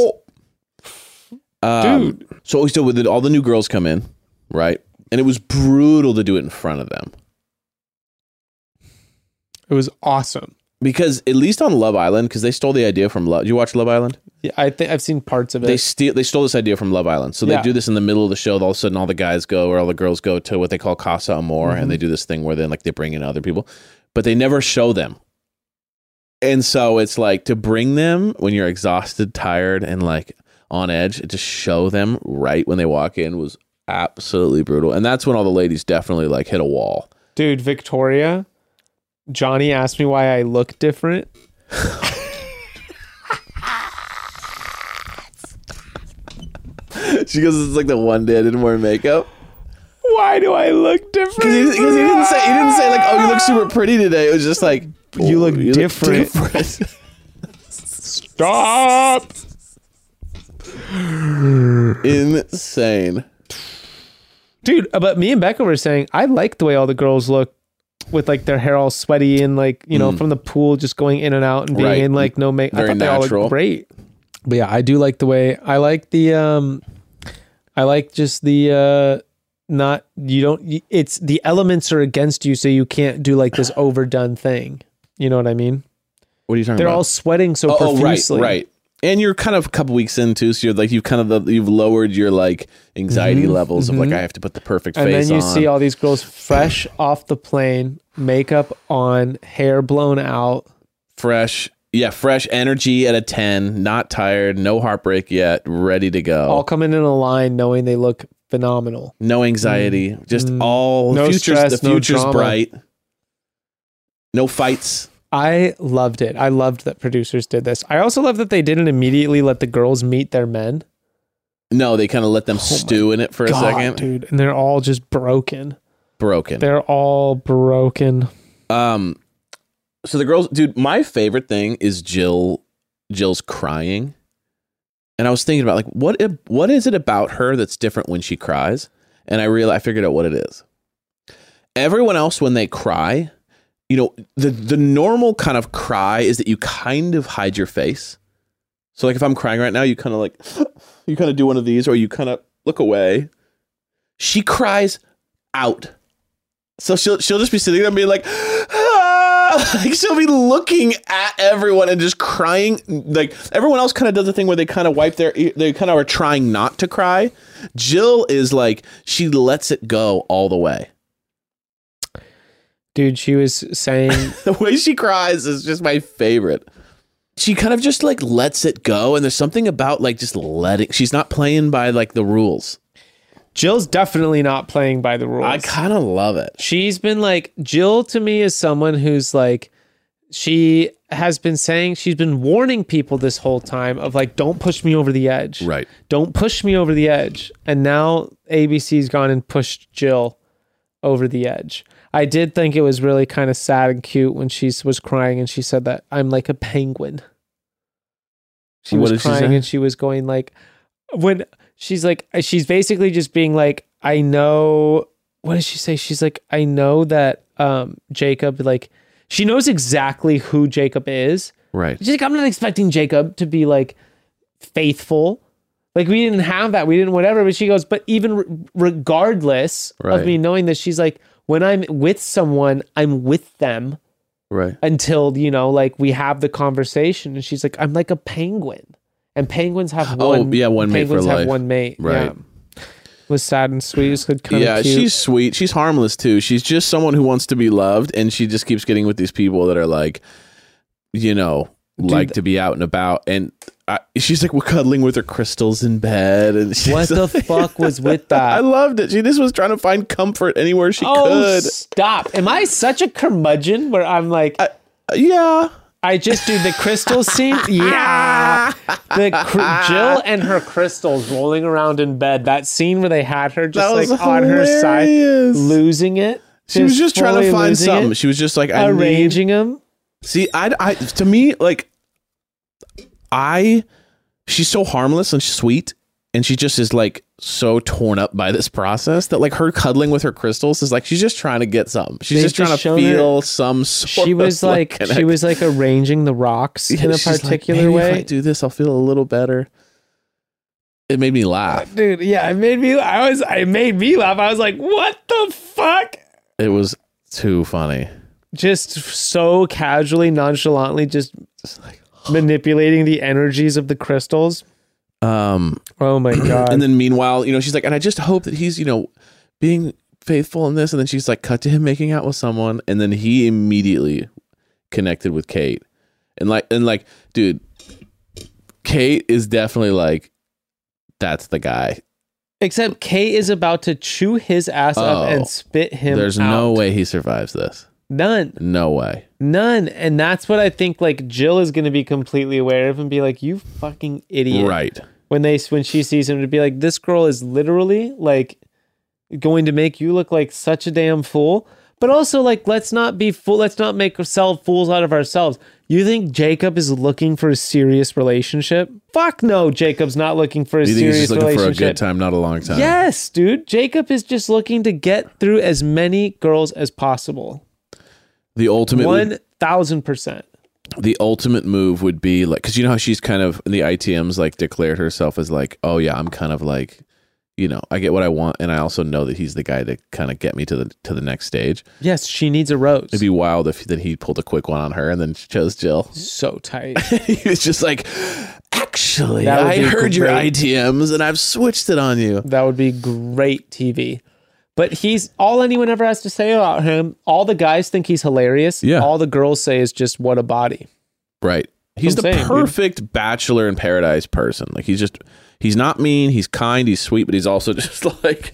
C: Um, So so with it, all the new girls come in, right? And it was brutal to do it in front of them
B: it was awesome.
C: because at least on Love Island, because they stole the idea from Love. Do you watch Love Island?
B: Yeah, I think I've seen parts of it.
C: They steal. They stole this idea from Love Island. So they
B: Yeah.
C: do this in the middle of the show. All of a sudden, all the guys go or all the girls go to what they call casa amor, and they do this thing where then like they bring in other people, but they never show them. And so it's like to bring them when you're exhausted, tired, and like on edge. To show them right when they walk in was absolutely brutal, and that's when all the ladies definitely like hit a wall.
B: Dude, Victoria, Johnny asked me why I look different.
C: she goes, "It's like the one day I didn't wear makeup."
B: Why do I look different?
C: Because he, 'cause he didn't say he didn't say like, "Oh, you look super pretty today." It was just like, "Oh,
B: You look different."
C: different.
B: Stop.
C: insane.
B: Dude, uh, but me and Becca were saying I like the way all the girls look with like their hair all sweaty and like, you know, from the pool just going in and out and being
C: Mm. Right.
B: in like no make.
C: Very
B: I thought they all
C: natural.
B: looked great. But yeah, I do like the way I like the um I like just the uh not you don't y- it's the elements are against you so you can't do like this overdone thing. You know what I mean?
C: What are you talking
B: They're
C: about?
B: all sweating so
C: Mm-hmm. oh, right,
B: profusely.
C: right. And you're kind of a couple weeks into, so you're like you've kind of uh, you've lowered your like anxiety levels of like I have to put the perfect
B: Mm-hmm. and
C: face
B: then you
C: on.
B: see all these girls fresh off the plane, makeup on, hair blown out.
C: fresh. Yeah, fresh energy at a 10, not tired, no heartbreak yet, ready to go.
B: All coming in a line knowing they look phenomenal.
C: no anxiety, just
B: Mm.
C: all
B: No
C: futures,
B: stress,
C: the
B: no
C: future's
B: drama.
C: bright. No fights.
B: I loved it. I loved that producers did this. I also love that they didn't immediately let the girls meet their men.
C: No, they kind of let them
B: Oh my
C: stew in it for a
B: God,
C: second.
B: dude, and they're all just broken.
C: Broken.
B: They're all broken.
C: Um, so the girls, dude, my favorite thing is Jill. Jill's crying, and I was thinking about like what if, what is it about her that's different when she cries? And I realized I figured out what it is. Everyone else when they cry, you know, the the normal kind of cry is that you kind of hide your face. So like if I'm crying right now, you kind of like you kind of do one of these, or you kind of look away. She cries out. So she'll she'll just be sitting there and be like, "Ah!" like she'll be looking at everyone and just crying. Like everyone else kind of does the thing where they kind of wipe their e- they kind of are trying not to cry. Jill is like she lets it go all the way.
B: Dude, she was saying
C: The way she cries is just my favorite. She kind of just like lets it go, and there's something about like just letting. She's not playing by like the rules.
B: Jill's definitely not playing by the rules.
C: I kind of love it.
B: she's been like Jill to me is someone who's like she has been saying she's been warning people this whole time of like don't push me over the edge.
C: Right.
B: Don't push me over the edge. And now ABC's gone and pushed Jill over the edge. I did think it was really kind of sad and cute when she was crying and she said that I'm like a penguin. She
C: What
B: was
C: did she
B: crying
C: say?
B: and she was going like when she's like uh, she's basically just being like I know what does she say? She's like I know that um Jacob like she knows exactly who Jacob is
C: Right.
B: She's like, I'm not expecting Jacob to be like faithful. Like we didn't have that. We didn't whatever. But she goes, but even re- regardless
C: Right.
B: of me knowing this, she's like, when I'm with someone, I'm with them
C: Right.
B: until you know, like we have the conversation. And she's like, I'm like a penguin, and penguins have
C: Oh,
B: one.
C: yeah, one mate for
B: penguins have
C: life.
B: one mate.
C: Right.
B: yeah. Was sad and sweet. It was kind
C: yeah,
B: of cute.
C: she's sweet. She's harmless too. She's just someone who wants to be loved, and she just keeps getting with these people that are like, you know, like to be out and about. And I, she's like, we're cuddling with her crystals in bed, and she's
B: what the fuck was with
C: I
B: that?
C: loved it. She just was trying to find comfort anywhere she
B: Oh,
C: could.
B: stop! Am I such a curmudgeon where I'm like,
C: Uh, Yeah,
B: I just do the crystal scene. Yeah, the cr- Jill and her crystals rolling around in bed. That scene where they had her just
C: That was
B: like on her side,
C: hilarious.
B: losing it.
C: she was just trying to
B: fully
C: find
B: losing
C: something.
B: it,
C: She was just like, I need
B: arranging them.
C: See, I, I, to me, like, I, she's so harmless and sweet, and she just is like so torn up by this process that like her cuddling with her crystals is like she's just trying to get something. She's
B: They've
C: just trying
B: just
C: to
B: shown her-
C: feel some sort.
B: She was
C: of,
B: like, she
C: connect-
B: was like arranging the rocks
C: Yeah,
B: in a
C: she's like,
B: particular
C: "Maybe If I
B: way.
C: do this, I'll feel a little better. It made me laugh.
B: Dude, yeah, it made me. I was, I made me laugh. I was like, what the fuck?
C: It was too funny.
B: Just so casually, nonchalantly, just
C: Just like,
B: manipulating the energies of the crystals.
C: um,
B: Oh my god!
C: and then meanwhile, you know, she's like, and I just hope that he's, you know, being faithful in this. And then she's like, cut to him making out with someone, and then he immediately connected with Kate, and like, and like, dude, Kate is definitely like, that's the guy.
B: Except Kay is about to chew his ass up
C: Oh.
B: and spit him.
C: There's no
B: out.
C: way he survives this.
B: None.
C: No way.
B: None. And that's what I think like Jill is gonna be completely aware of and be like, You fucking idiot.
C: Right.
B: When they when she sees him to be like, This girl is literally like going to make you look like such a damn fool. But also like let's not be fool let's not make ourselves fools out of ourselves. You think Jacob is looking for a serious relationship? Fuck no, Jacob's not looking for a
C: You think he's
B: serious
C: just looking for a
B: relationship.
C: good time, not a long time?
B: Yes, dude. Jacob is just looking to get through as many girls as possible.
C: The ultimate
B: One thousand percent.
C: the ultimate move would be like because you know how she's kind of in the itms like declared herself as like oh yeah i'm kind of like you know i get what i want and i also know that he's the guy to kind of get me to the to the next stage
B: Yes, she needs a rose.
C: it'd be wild if then he pulled a quick one on her and then chose jill
B: so tight.
C: he was just like actually
B: That would
C: i
B: be
C: heard your
B: great.
C: itms and i've switched it on you
B: that would be great TV. But he's all anyone ever has to say about him. All the guys think he's hilarious.
C: Yeah.
B: All the girls say is just what a body.
C: Right. He's the
B: I'm saying, dude.
C: perfect bachelor in paradise person. Like he's just he's not mean, he's kind, he's sweet, but he's also just like,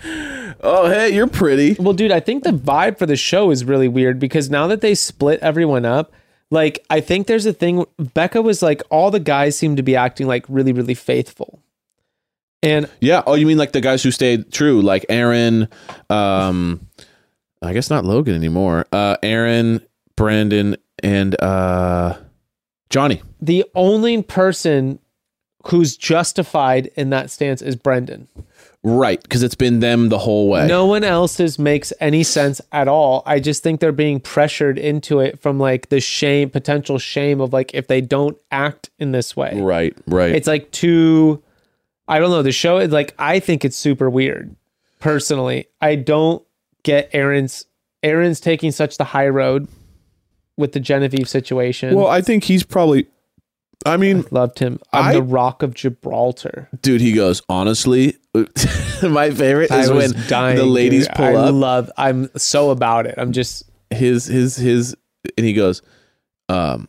C: "Oh, hey, you're pretty."
B: Well, dude, I think the vibe for the show is really weird because now that they split everyone up, like I think there's a thing. Becca was like, all the guys seem to be acting like really, really faithful, and
C: Yeah, oh, you mean like the guys who stayed true, like Aaron um I guess not Logan anymore. Uh Aaron, Brandon and uh Johnny.
B: the only person who's justified in that stance is Brendan.
C: Right, cuz it's been them the whole way.
B: No one else's makes any sense at all. I just think they're being pressured into it from like the shame, potential shame of like if they don't act in this way.
C: Right, right.
B: It's like too. I don't know. The show is like I think it's super weird. Personally, I don't get Aaron's Aaron's taking such the high road with the Genevieve situation.
C: well, I think he's probably I mean,
B: Loved him. I'm
C: I-
B: the Rock of Gibraltar.
C: dude he goes honestly my favorite is
B: I
C: when
B: was dying.
C: the ladies
B: dude.
C: pull
B: I
C: up
B: love. I'm so about it. I'm just
C: his his his and he goes um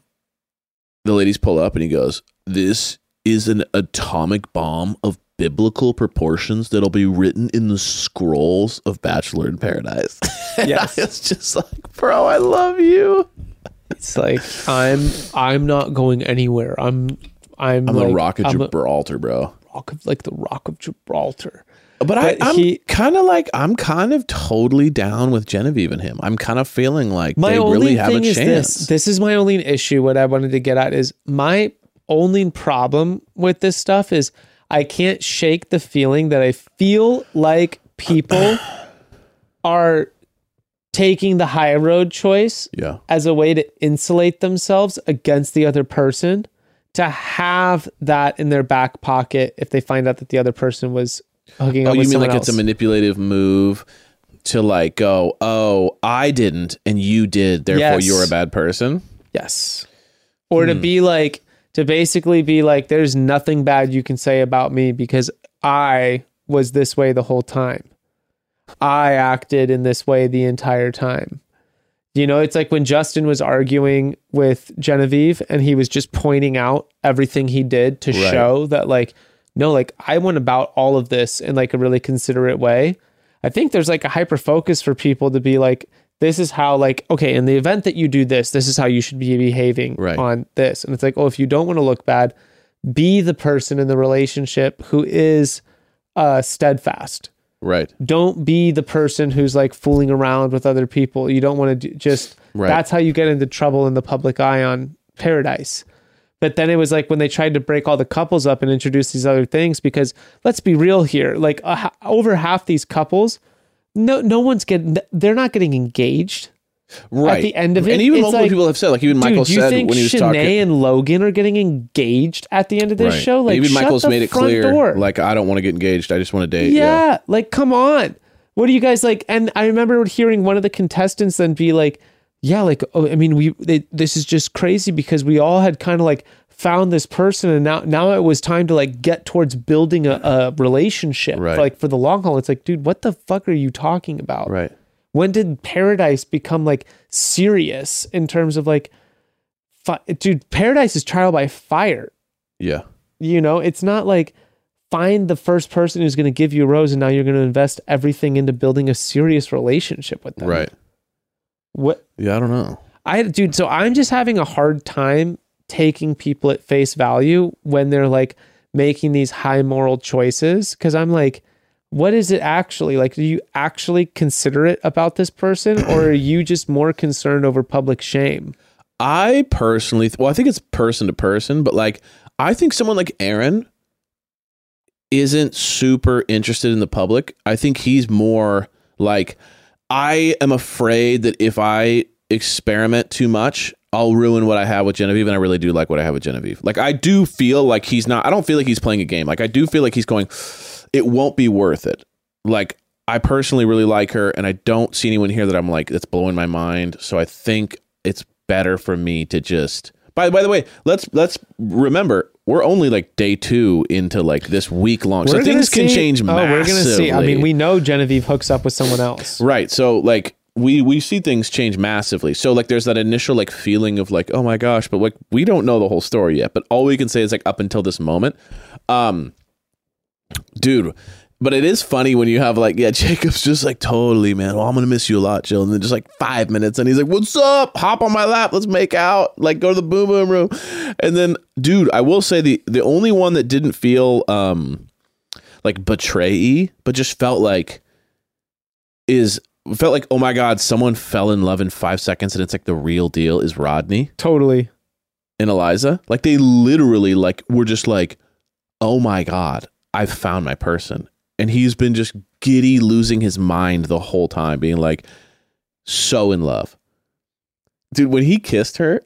C: the ladies pull up and he goes this is an atomic bomb of biblical proportions that'll be written in the scrolls of bachelor in paradise And
B: Yes.
C: I was just like bro i love you
B: It's like I'm I'm not going anywhere. I'm I'm,
C: i'm
B: like,
C: a rock of
B: I'm
C: gibraltar bro
B: a rock of like the rock of Gibraltar.
C: but, I,
B: But
C: i'm
B: he-
C: kind of like i'm kind of totally down with genevieve and him i'm kind of feeling like
B: My
C: they
B: only
C: really
B: thing
C: have a
B: is
C: chance
B: this. This is my only issue. What I wanted to get at is my only problem with this stuff is I can't shake the feeling that I feel like people are taking the high road choice
C: yeah
B: as a way to insulate themselves against the other person to have that in their back pocket if they find out that the other person was hooking
C: Oh,
B: up with
C: you mean
B: someone
C: like
B: else.
C: it's a manipulative move to like go, oh, I didn't and you did, therefore
B: Yes.
C: you're a bad person?
B: yes. Or to be like to basically be like there's nothing bad you can say about me because I was this way the whole time. I acted in this way the entire time. You know, it's like when Justin was arguing with Genevieve and he was just pointing out everything he did to
C: Right.
B: show that, like, no, like I went about all of this in like a really considerate way. I think there's like a hyper focus for people to be like, this is how, like, okay, in the event that you do this, this is how you should be behaving
C: Right.
B: on this. And it's like, oh, if you don't want to look bad, be the person in the relationship who is uh, steadfast
C: Right.
B: don't be the person who's like fooling around with other people. You don't want to do, just
C: Right.
B: that's how you get into trouble in the public eye on paradise. But then it was like when they tried to break all the couples up and introduce these other things because let's be real here, like uh, h- over half these couples no no one's getting they're not getting engaged.
C: Right.
B: the end of
C: And
B: it,
C: even
B: it's
C: multiple
B: like,
C: people have said, like even Michael
B: Dude, do you
C: said
B: think
C: when he was
B: Shanae
C: talking.
B: and Logan are getting engaged at the end of this
C: Right.
B: show? Like
C: even
B: shut
C: Michael's
B: the
C: made it
B: front
C: clear,
B: door.
C: like I don't want to get engaged. I just want to date.
B: yeah, like come on what do you guys like and i remember hearing one of the contestants then be like yeah like oh i mean we they, this is just crazy because we all had kind of like found this person and now now it was time to like get towards building a, a relationship
C: Right.
B: like for the long haul it's like dude what the fuck are you talking about
C: Right.
B: when did paradise become like serious in terms of like fi- dude paradise is trial by fire
C: Yeah.
B: you know it's not like find the first person who's going to give you a rose and now you're going to invest everything into building a serious relationship with them
C: Right.
B: what
C: Yeah, I don't know.
B: i dude so i'm just having a hard time taking people at face value when they're like making these high moral choices because i'm like what is it actually like do you actually consider it about this person or are you just more concerned over public shame
C: I personally, th- well, I think it's person to person, but like, I think someone like Aaron isn't super interested in the public. I think he's more like, I am afraid that if I experiment too much, I'll ruin what I have with Genevieve. And I really do like what I have with Genevieve. Like, I do feel like he's not, I don't feel like he's playing a game. Like, I do feel like he's going, it won't be worth it. Like, I personally really like her, and I don't see anyone here that I'm like, that's blowing my mind. So I think it's better for me to just. By, by the way, let's let's remember we're only like day two into like this week long, so
B: We're gonna
C: things can
B: see-
C: change
B: oh
C: massively.
B: we're gonna see i mean we know genevieve hooks up with someone else
C: Right. So like we we see things change massively. So like there's that initial like feeling of like oh my gosh, but like we don't know the whole story yet. But all we can say is like up until this moment, um, dude. But it is funny when you have like yeah, Jacob's just like totally man. Well, I'm gonna miss you a lot, Jill. And then just like five minutes, and he's like, "What's up? Hop on my lap. Let's make out. Like go to the boom boom room." And then dude, I will say the the only one that didn't feel um like betray, but just felt like is felt like oh my god someone fell in love in five seconds and it's like the real deal is rodney
B: Totally.
C: and eliza like they literally like were just like oh my god i've found my person and he's been just giddy losing his mind the whole time being like so in love dude when he kissed her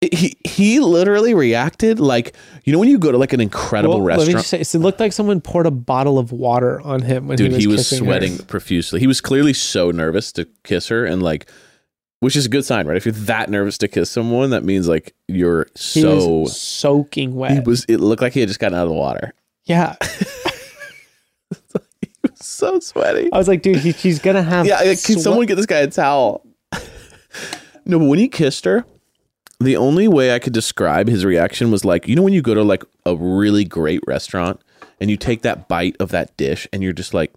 C: it- he he literally reacted like you know when you go to like an incredible
B: Well, Let me
C: restaurant
B: just say, so it looked like someone poured a bottle of water on him when
C: dude
B: he was,
C: he was
B: kissing her.
C: sweating profusely he was clearly so nervous to kiss her and like which is a good sign right if you're that nervous to kiss someone that means like you're
B: He
C: so
B: was soaking wet.
C: he was it looked like he had just gotten out of the water
B: yeah,
C: so sweaty
B: I was like, dude, he, he's gonna have.
C: yeah like, can
B: swe-
C: someone get this guy a towel no but when he kissed her the only way i could describe his reaction was like you know when you go to like a really great restaurant and you take that bite of that dish and you're just like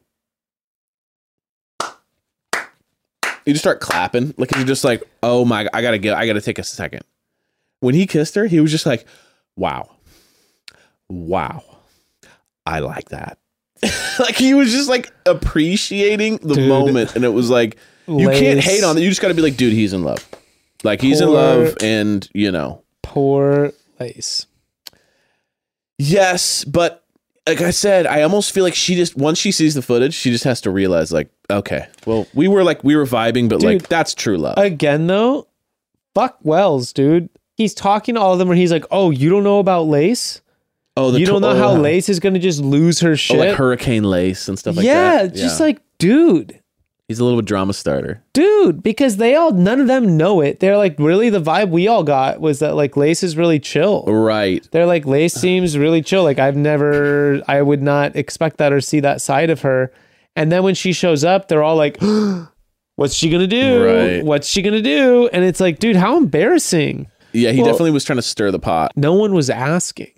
C: you just start clapping like you're just like oh my i gotta get i gotta take a second when he kissed her he was just like wow wow i like that like he was just like appreciating the
B: Dude.
C: moment and it was like you can't
B: Lace.
C: hate on it you just gotta be like dude he's in love like he's in
B: Poor-
C: love and you know
B: Poor lace.
C: Yes, but like I said, I almost feel like she just once she sees the footage, she just has to realize like, okay, well, we were like we were vibing, but
B: Dude.
C: like that's true love.
B: Again, though, fuck Wells, dude. He's talking to all of them, where he's like, "Oh, you don't know about lace?
C: oh,
B: You don't
C: tw-
B: know
C: oh,
B: how
C: yeah.
B: lace is gonna just lose her
C: oh,
B: shit."
C: like hurricane lace and stuff like
B: yeah,
C: that.
B: it's just like, dude,
C: he's a little bit drama starter.
B: dude, because they all, none of them know it. They're like, really, the vibe we all got was that like lace is really chill.
C: Right.
B: They're like, Lace seems really chill. Like, I've never, I would not expect that or see that side of her. And then when she shows up, they're all like, What's she gonna do?
C: Right.
B: What's she gonna do? And it's like, dude, how embarrassing.
C: Yeah, he
B: Well-
C: definitely was trying to stir the pot.
B: No one was asking.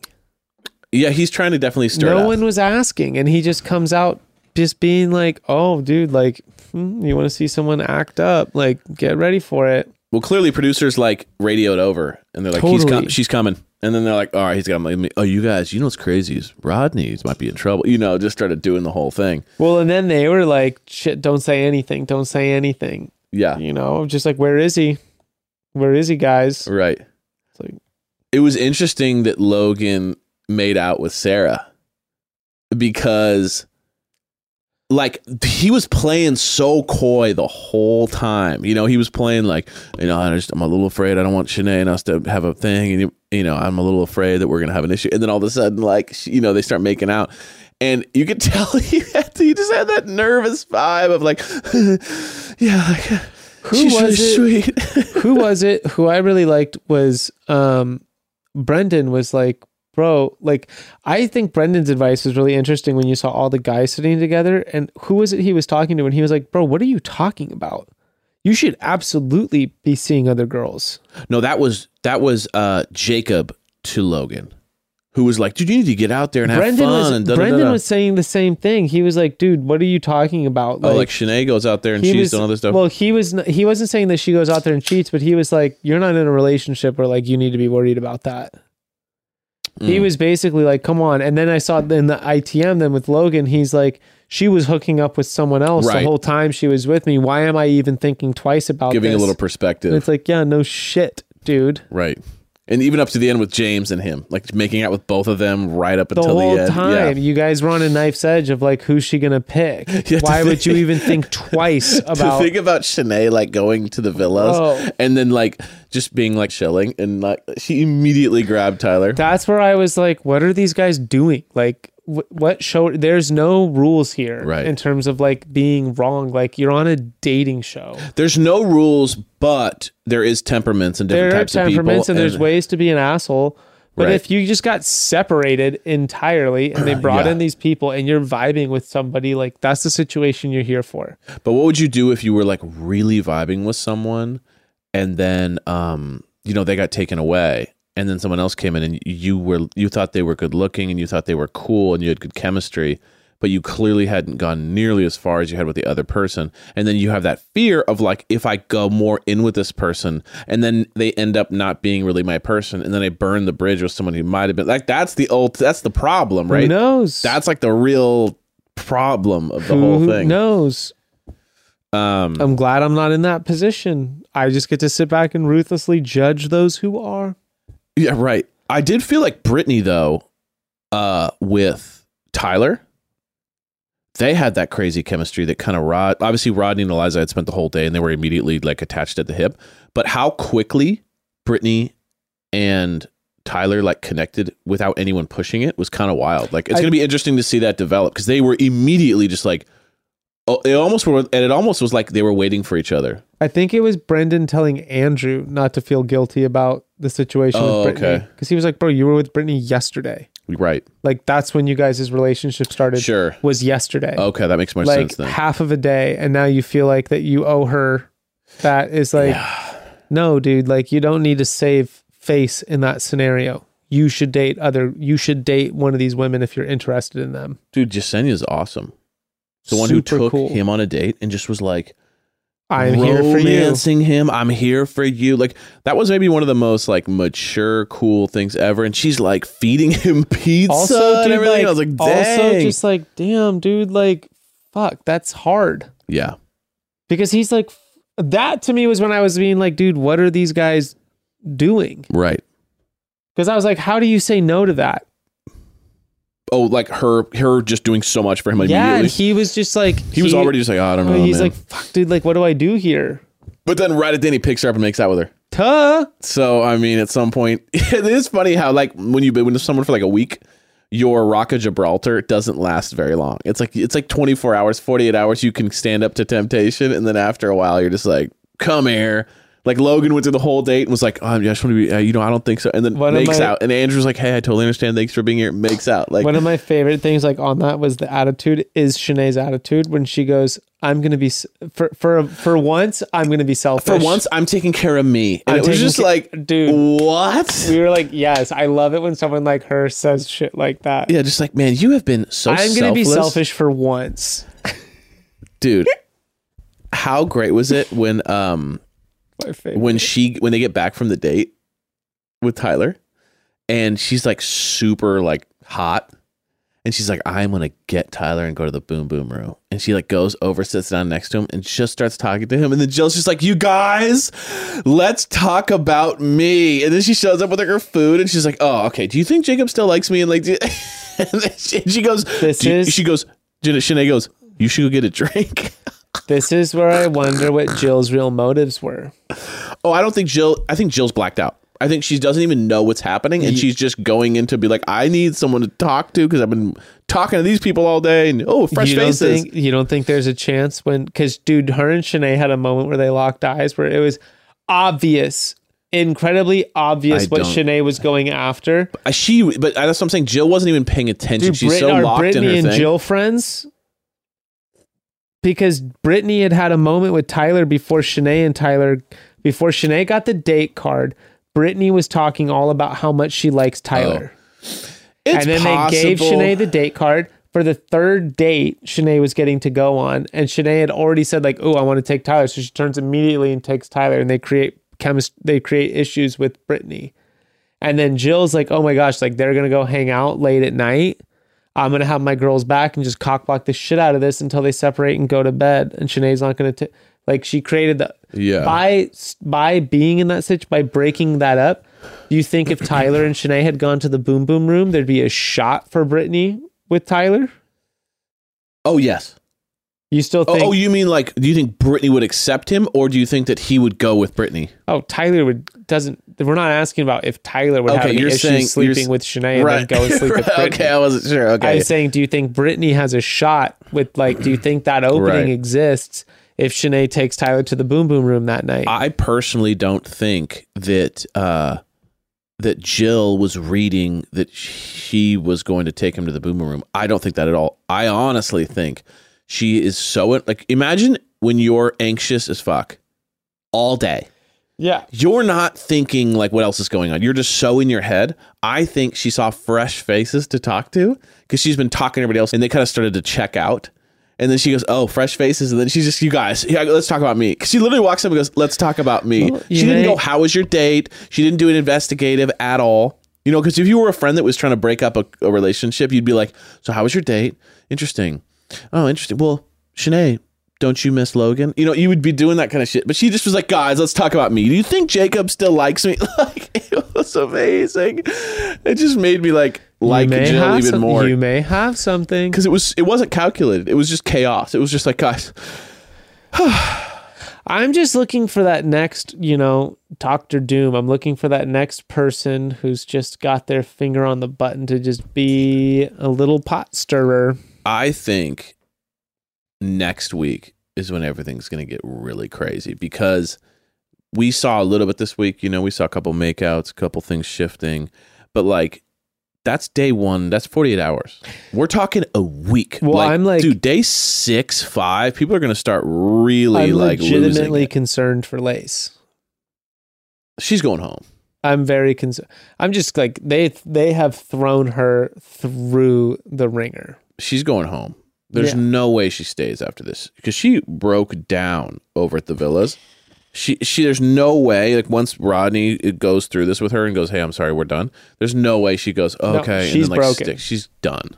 C: Yeah, he's trying to definitely stir.
B: no
C: it up.
B: one was asking. And he just comes out just being like, Oh, dude, like, hmm, you wanna see someone act up? Like, get ready for it.
C: Well, clearly producers like radioed over, and they're like, "He's
B: Totally.
C: com- she's coming," and then they're like, "All right, he's got me." Oh, you guys, you know what's crazy is Rodney's might be in trouble. You know, just started doing the whole thing.
B: Well, and then they were like, Shit, don't say anything. Don't say anything.
C: Yeah,
B: You know, I'm just like, Where is he? Where is he, guys?
C: right.
B: It's like,
C: it was interesting that Logan made out with Sarah because like he was playing so coy the whole time. You know, he was playing like, you know, I just, I'm a little afraid. I don't want Shanae and us to have a thing. And, you, you know, I'm a little afraid that we're going to have an issue. And then all of a sudden, like, she, you know, they start making out. And you could tell he, had he just had that nervous vibe of like, yeah, like,
B: Who
C: she's
B: was
C: really sweet.
B: who was it who I really liked was um Brendan was like, bro, like I think Brendan's advice was really interesting when you saw all the guys sitting together and who was it he was talking to and he was like, bro, what are you talking about? You should absolutely be seeing other girls.
C: No, that was that was uh Jacob to Logan, who was like, "Dude, you need to get out there and have
B: Brendan
C: fun."
B: was
C: and da-da-da-da."
B: Brendan was saying the same thing. He was like, dude, what are you talking about?
C: oh, like Shanae goes out there and
B: he
C: she's
B: was-
C: doing all this stuff.
B: Well, he was n- he wasn't saying that she goes out there and cheats, but he was like, "You're not in a relationship where like you need to be worried about that." He
C: Mm.
B: was basically like, "Come on!" And then I saw in the ITM then with Logan, he's like, "She was hooking up with someone else
C: Right.
B: the whole time she was with me. Why am I even thinking twice about
C: giving a
B: this?"
C: little
B: And
C: perspective,
B: it's like, yeah, no shit, dude.
C: right? And even up to the end with James and him, like making out with both of them right up
B: The
C: until
B: whole
C: the end.
B: time,
C: Yeah.
B: you guys were on a knife's edge of like, who's she gonna pick?
C: to
B: Why would you
C: think-
B: even think twice
C: to
B: about?
C: think about Shanae like going to the villas
B: Oh.
C: and then like just being like chilling and like she immediately grabbed Tyler.
B: that's where I was like, what are these guys doing? Like, wh- what show? There's no rules here
C: Right.
B: in terms of like being wrong. Like, you're on a dating show.
C: there's no rules, but there is temperaments and different
B: There are
C: types of people.
B: temperaments and there's ways to be an asshole. But
C: Right.
B: if you just got separated entirely and they brought
C: Yeah.
B: in these people and you're vibing with somebody, like that's the situation you're here for.
C: But what would you do if you were like really vibing with someone and then um you know they got taken away and then someone else came in and you were you thought they were good looking and you thought they were cool and you had good chemistry but you clearly hadn't gone nearly as far as you had with the other person and then you have that fear of like if I go more in with this person and then they end up not being really my person and then I burn the bridge with someone who might have been like that's the old that's the problem
B: Who
C: right
B: knows?
C: that's like the real problem of the
B: Who
C: whole thing
B: knows?
C: um
B: I'm glad I'm not in that position. I just get to sit back and ruthlessly judge those who are.
C: Yeah, right. I did feel like Britney though, uh, with Tyler. They had that crazy chemistry that kind of Rod. Obviously, Rodney and Eliza had spent the whole day, and they were immediately like attached at the hip. But how quickly Britney and Tyler like connected without anyone pushing it was kind of wild. Like it's
B: I-
C: gonna be interesting to see that develop because they were immediately just like, oh, it almost were, and it almost was like they were waiting for each other.
B: I think it was Brendan telling Andrew not to feel guilty about the situation
C: Oh,
B: with Brittany.
C: okay.
B: Because he was like, bro, you were with Brittany yesterday.
C: Right?
B: Like that's when you guys' relationship started
C: Sure.
B: was yesterday.
C: Okay, that makes more
B: like
C: sense then.
B: half of a day and now you feel like that you owe her that is like no dude like you don't need to save face in that scenario you should date other you should date one of these women if you're interested in them
C: Dude, Jasenia is awesome. The one
B: Super
C: who took
B: cool.
C: him on a date and just was like,
B: i'm here for you
C: romancing him. I'm here for you. Like that was maybe one of the most like mature, cool things ever. And she's like feeding him pizza
B: also
C: and
B: dude,
C: everything.
B: like,
C: I was like, dang.
B: also just like damn dude like fuck that's hard
C: yeah,
B: because he's like f- that to me was when i was being like dude what are these guys doing
C: right.
B: because i was like how do you say no to that
C: Oh, like her, her just doing so much for him
B: yeah
C: immediately.
B: and he was just like
C: he, was already just like, I don't know.
B: he's
C: man.
B: like, fuck, dude, like, what do I do here?
C: but then right at the end, he picks her up and makes out with her.
B: Tuh.
C: So I mean, at some point, it is funny how like when you've been with someone for like a week, your Rock of Gibraltar doesn't last very long. It's like it's like twenty four hours, forty eight hours. You can stand up to temptation, and then after a while, you're just like, come here. Like Logan went through the whole date and was like, oh, I just want to be, uh, you know, I don't think so, and then
B: One of
C: makes
B: my-
C: out. And Andrew's like, hey, I totally understand. Thanks for being here. Makes out. Like,
B: One of my favorite things, like, on that was the attitude is Shanae's attitude when she goes, I'm going to be, s- for, for, for once, I'm going to be selfish.
C: for once, I'm taking care of me,
B: I'm
C: and it was
B: taking
C: just
B: ca-
C: like,
B: Dude.
C: what?
B: we were like, yes, I love it when someone like her says shit like that.
C: Yeah, just like, man, you have been so.
B: I'm going to be
C: selfless.
B: selfish for once.
C: dude. How great was it when um
B: My favorite.
C: when she when they get back from the date with Tyler and she's like super like hot and she's like I'm going to get Tyler and go to the boom boom room and she like goes over sits down next to him and just starts talking to him and then Jill's just like you guys let's talk about me and then she shows up with like her food and she's like oh okay do you think Jacob still likes me and like do- and then she, she goes
B: This
C: do you-
B: is-
C: she goes Jenna Shanae goes you should go get a drink
B: This is where I wonder what Jill's real motives were.
C: Oh, I don't think Jill. I think Jill's blacked out. I think she doesn't even know what's happening, and she's just going in to be like, "I need someone to talk to because I've been talking to these people all day." And oh, fresh
B: you
C: faces.
B: Don't think, you don't think there's a chance when, because dude, her and Shanae had a moment where they locked eyes where it was obvious, incredibly obvious
C: I
B: what
C: don't-
B: Shanae was going after.
C: Uh, she, but that's what I'm saying. Jill wasn't even paying attention.
B: Dude,
C: she's
B: Brit-
C: so
B: are
C: locked
B: Brittany
C: in her
B: and
C: thing.
B: Jill friends? Because Brittany had had a moment with Tyler before Shanae and Tyler, before Shanae got the date card, Brittany was talking all about how much she likes
C: Oh.
B: Tyler.
C: it's
B: and then
C: possible.
B: they gave Shanae the date card for the third date Shanae was getting to go on. And Shanae had already said, like, oh, I want to take Tyler. So she turns immediately and takes Tyler and they create chemist they create issues with Brittany. And then Jill's like, oh my gosh, like they're gonna go hang out late at night. I'm gonna have my girls back and just cockblock the shit out of this until they separate and go to bed. And Shanae's not gonna t- like she created the
C: Yeah.
B: by by being in that situation by breaking that up. Do you think if Tyler and Shanae had gone to the boom boom room, there'd be a shot for Brittany with Tyler?
C: oh yes.
B: You still
C: Oh,
B: think?
C: oh,
B: Oh,
C: you mean like? Do you think Brittany would accept him, or do you think that he would go with Brittany?
B: oh, Tyler would doesn't. We're not asking about if Tyler would have
C: Okay,
B: any
C: you're
B: issues
C: saying- you're
B: sleeping
C: s-
B: with Shanae and then go and sleep with Brittany.
C: okay, I wasn't sure. Okay,
B: I was saying, do you think Brittany has a shot with like, do you think that opening
C: Right.
B: exists if Shanae takes Tyler to the boom boom room that night?
C: I personally don't think that uh, that Jill was reading that she was going to take him to the boomer room. I don't think that at all. I honestly think she is so like imagine when you're anxious as fuck all day.
B: Yeah.
C: You're not thinking like what else is going on. You're just so in your head. I think she saw fresh faces to talk to because she's been talking to everybody else and they kind of started to check out. And then she goes, "Oh, fresh faces." And then she's just, "You guys, yeah, let's talk about me." Because she literally walks up and goes, "Let's talk about me."
B: Well,
C: she
B: you
C: didn't
B: may-
C: go, "How was your date?" She didn't do an investigative at all. You know, because if you were a friend that was trying to break up a, a relationship, you'd be like, "So how was your date? Interesting. Oh, interesting. Well, Shanae, don't you miss Logan? You know, you would be doing that kind of shit. But she just was like, "Guys, let's talk about me. Do you think Jacob still likes me?" Like it was amazing. It just made me like like
B: you may
C: Jill
B: have
C: even
B: some-
C: more
B: You may have something.
C: because it was it wasn't calculated. It was just chaos. It was just like guys.
B: I'm just looking for that next, you know, Doctor Doom. I'm looking for that next person who's just got their finger on the button to just be a little pot stirrer.
C: I think next week is when everything's going to get really crazy because we saw a little bit this week. You know, we saw a couple makeouts, a couple things shifting, but like. That's day one. That's 48 hours. We're talking a week.
B: Well, I'm like-
C: dude, day six, five, people are going to start really
B: I'm
C: like losing.
B: legitimately
C: it.
B: concerned for Lace.
C: She's going home.
B: I'm very concerned. I'm just like they they have thrown her through the ringer.
C: she's going home. There's
B: Yeah.
C: no way she stays after this because she broke down over at the villas. She she there's no way like once Rodney goes through this with her and goes, "Hey, I'm sorry, we're done." There's no way she goes, oh,
B: No,
C: "Okay." and
B: she's
C: then, like,
B: broken.
C: stick- she's done.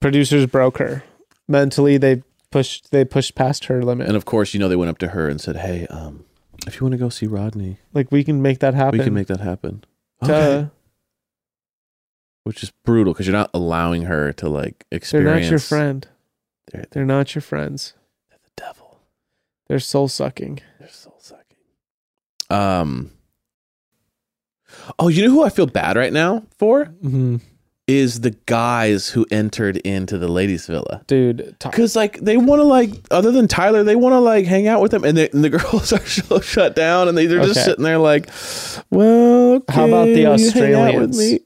B: Producers broke her. Mentally they pushed they pushed past her limit.
C: And of course, you know they went up to her and said, "Hey, um if you want to go see Rodney,
B: like we can make that happen.
C: we can make that happen."
B: Duh.
C: Which is brutal because you're not allowing her to like
B: They're
C: experience.
B: not your friend.
C: They're, they're
B: They're not your friends.
C: the devil.
B: They're soul sucking.
C: They're soul sucking. Um. Oh, you know who I feel bad right now for?
B: hmm
C: is the guys who entered into the ladies villa
B: Dude, talk-
C: because like they want to like other than tyler they want to like hang out with them and, they, and the girls are so shut down and they, they're just
B: Okay.
C: sitting there like well
B: How about
C: okay,
B: the
C: will you hang out with
B: Australians?
C: me?"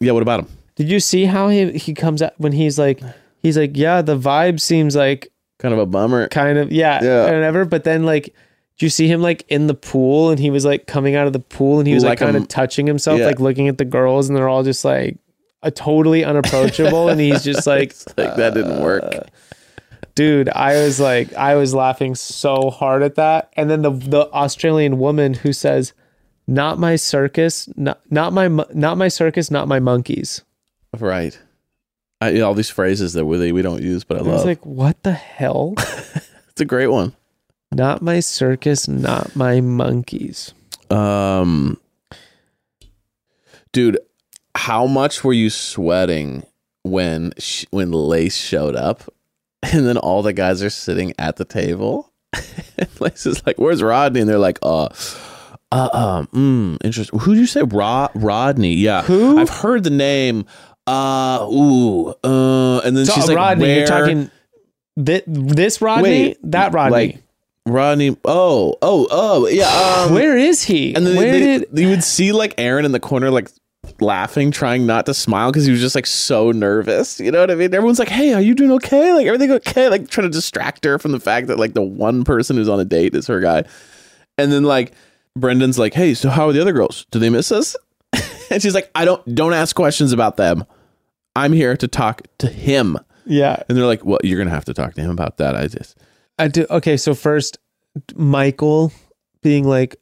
C: yeah what about them
B: Did you see how he he comes out when he's like he's like yeah the vibe seems like
C: kind of a bummer
B: kind of yeah,
C: Yeah.
B: and whatever but then like did you see him like in the pool and he was like coming out of the pool and he was like,
C: Like a
B: kind
C: m-
B: of touching himself
C: yeah.
B: like looking at the girls and they're all just like a totally unapproachable and he's just like
C: It's like, that didn't work.
B: Uh. dude I was like I was laughing so hard at that and then the the Australian woman who says not my circus not not my mo- not my circus not my monkeys
C: right I, yeah, all these phrases that we, we don't use but i
B: I was
C: love
B: like what the hell
C: it's a great one
B: Not my circus, not my monkeys.
C: Um, dude, how much were you sweating when sh- when Lace showed up, and then all the guys are sitting at the table? and Lace is like, "Where's Rodney?" And they're like, "Uh." Uh um, mm, interesting. Who did you say? Rod Rodney. Yeah.
B: Who?
C: I've heard the name. Uh ooh. Uh and then
B: So,
C: she's like,
B: Rodney,
C: Where?
B: you're talking thi- this Rodney,
C: Wait,
B: that Rodney.
C: Like Rodney. Oh, oh, oh. Yeah. Um,
B: Where is he?
C: and then
B: Where
C: they,
B: did
C: you would see like Aaron in the corner, like laughing, trying not to smile because he was just like so nervous. You know what I mean? Everyone's like, "Hey, are you doing okay? Like everything okay?" Like trying to distract her from the fact that like the one person who's on a date is her guy. And then like Brendan's like, "Hey, so how are the other girls? Do they miss us?" and she's like, "I don't. Don't ask questions about them. I'm here to talk to him."
B: yeah?
C: And they're like, "Well, you're gonna have to talk to him about that." I just
B: I do. Okay, so first, Michael being like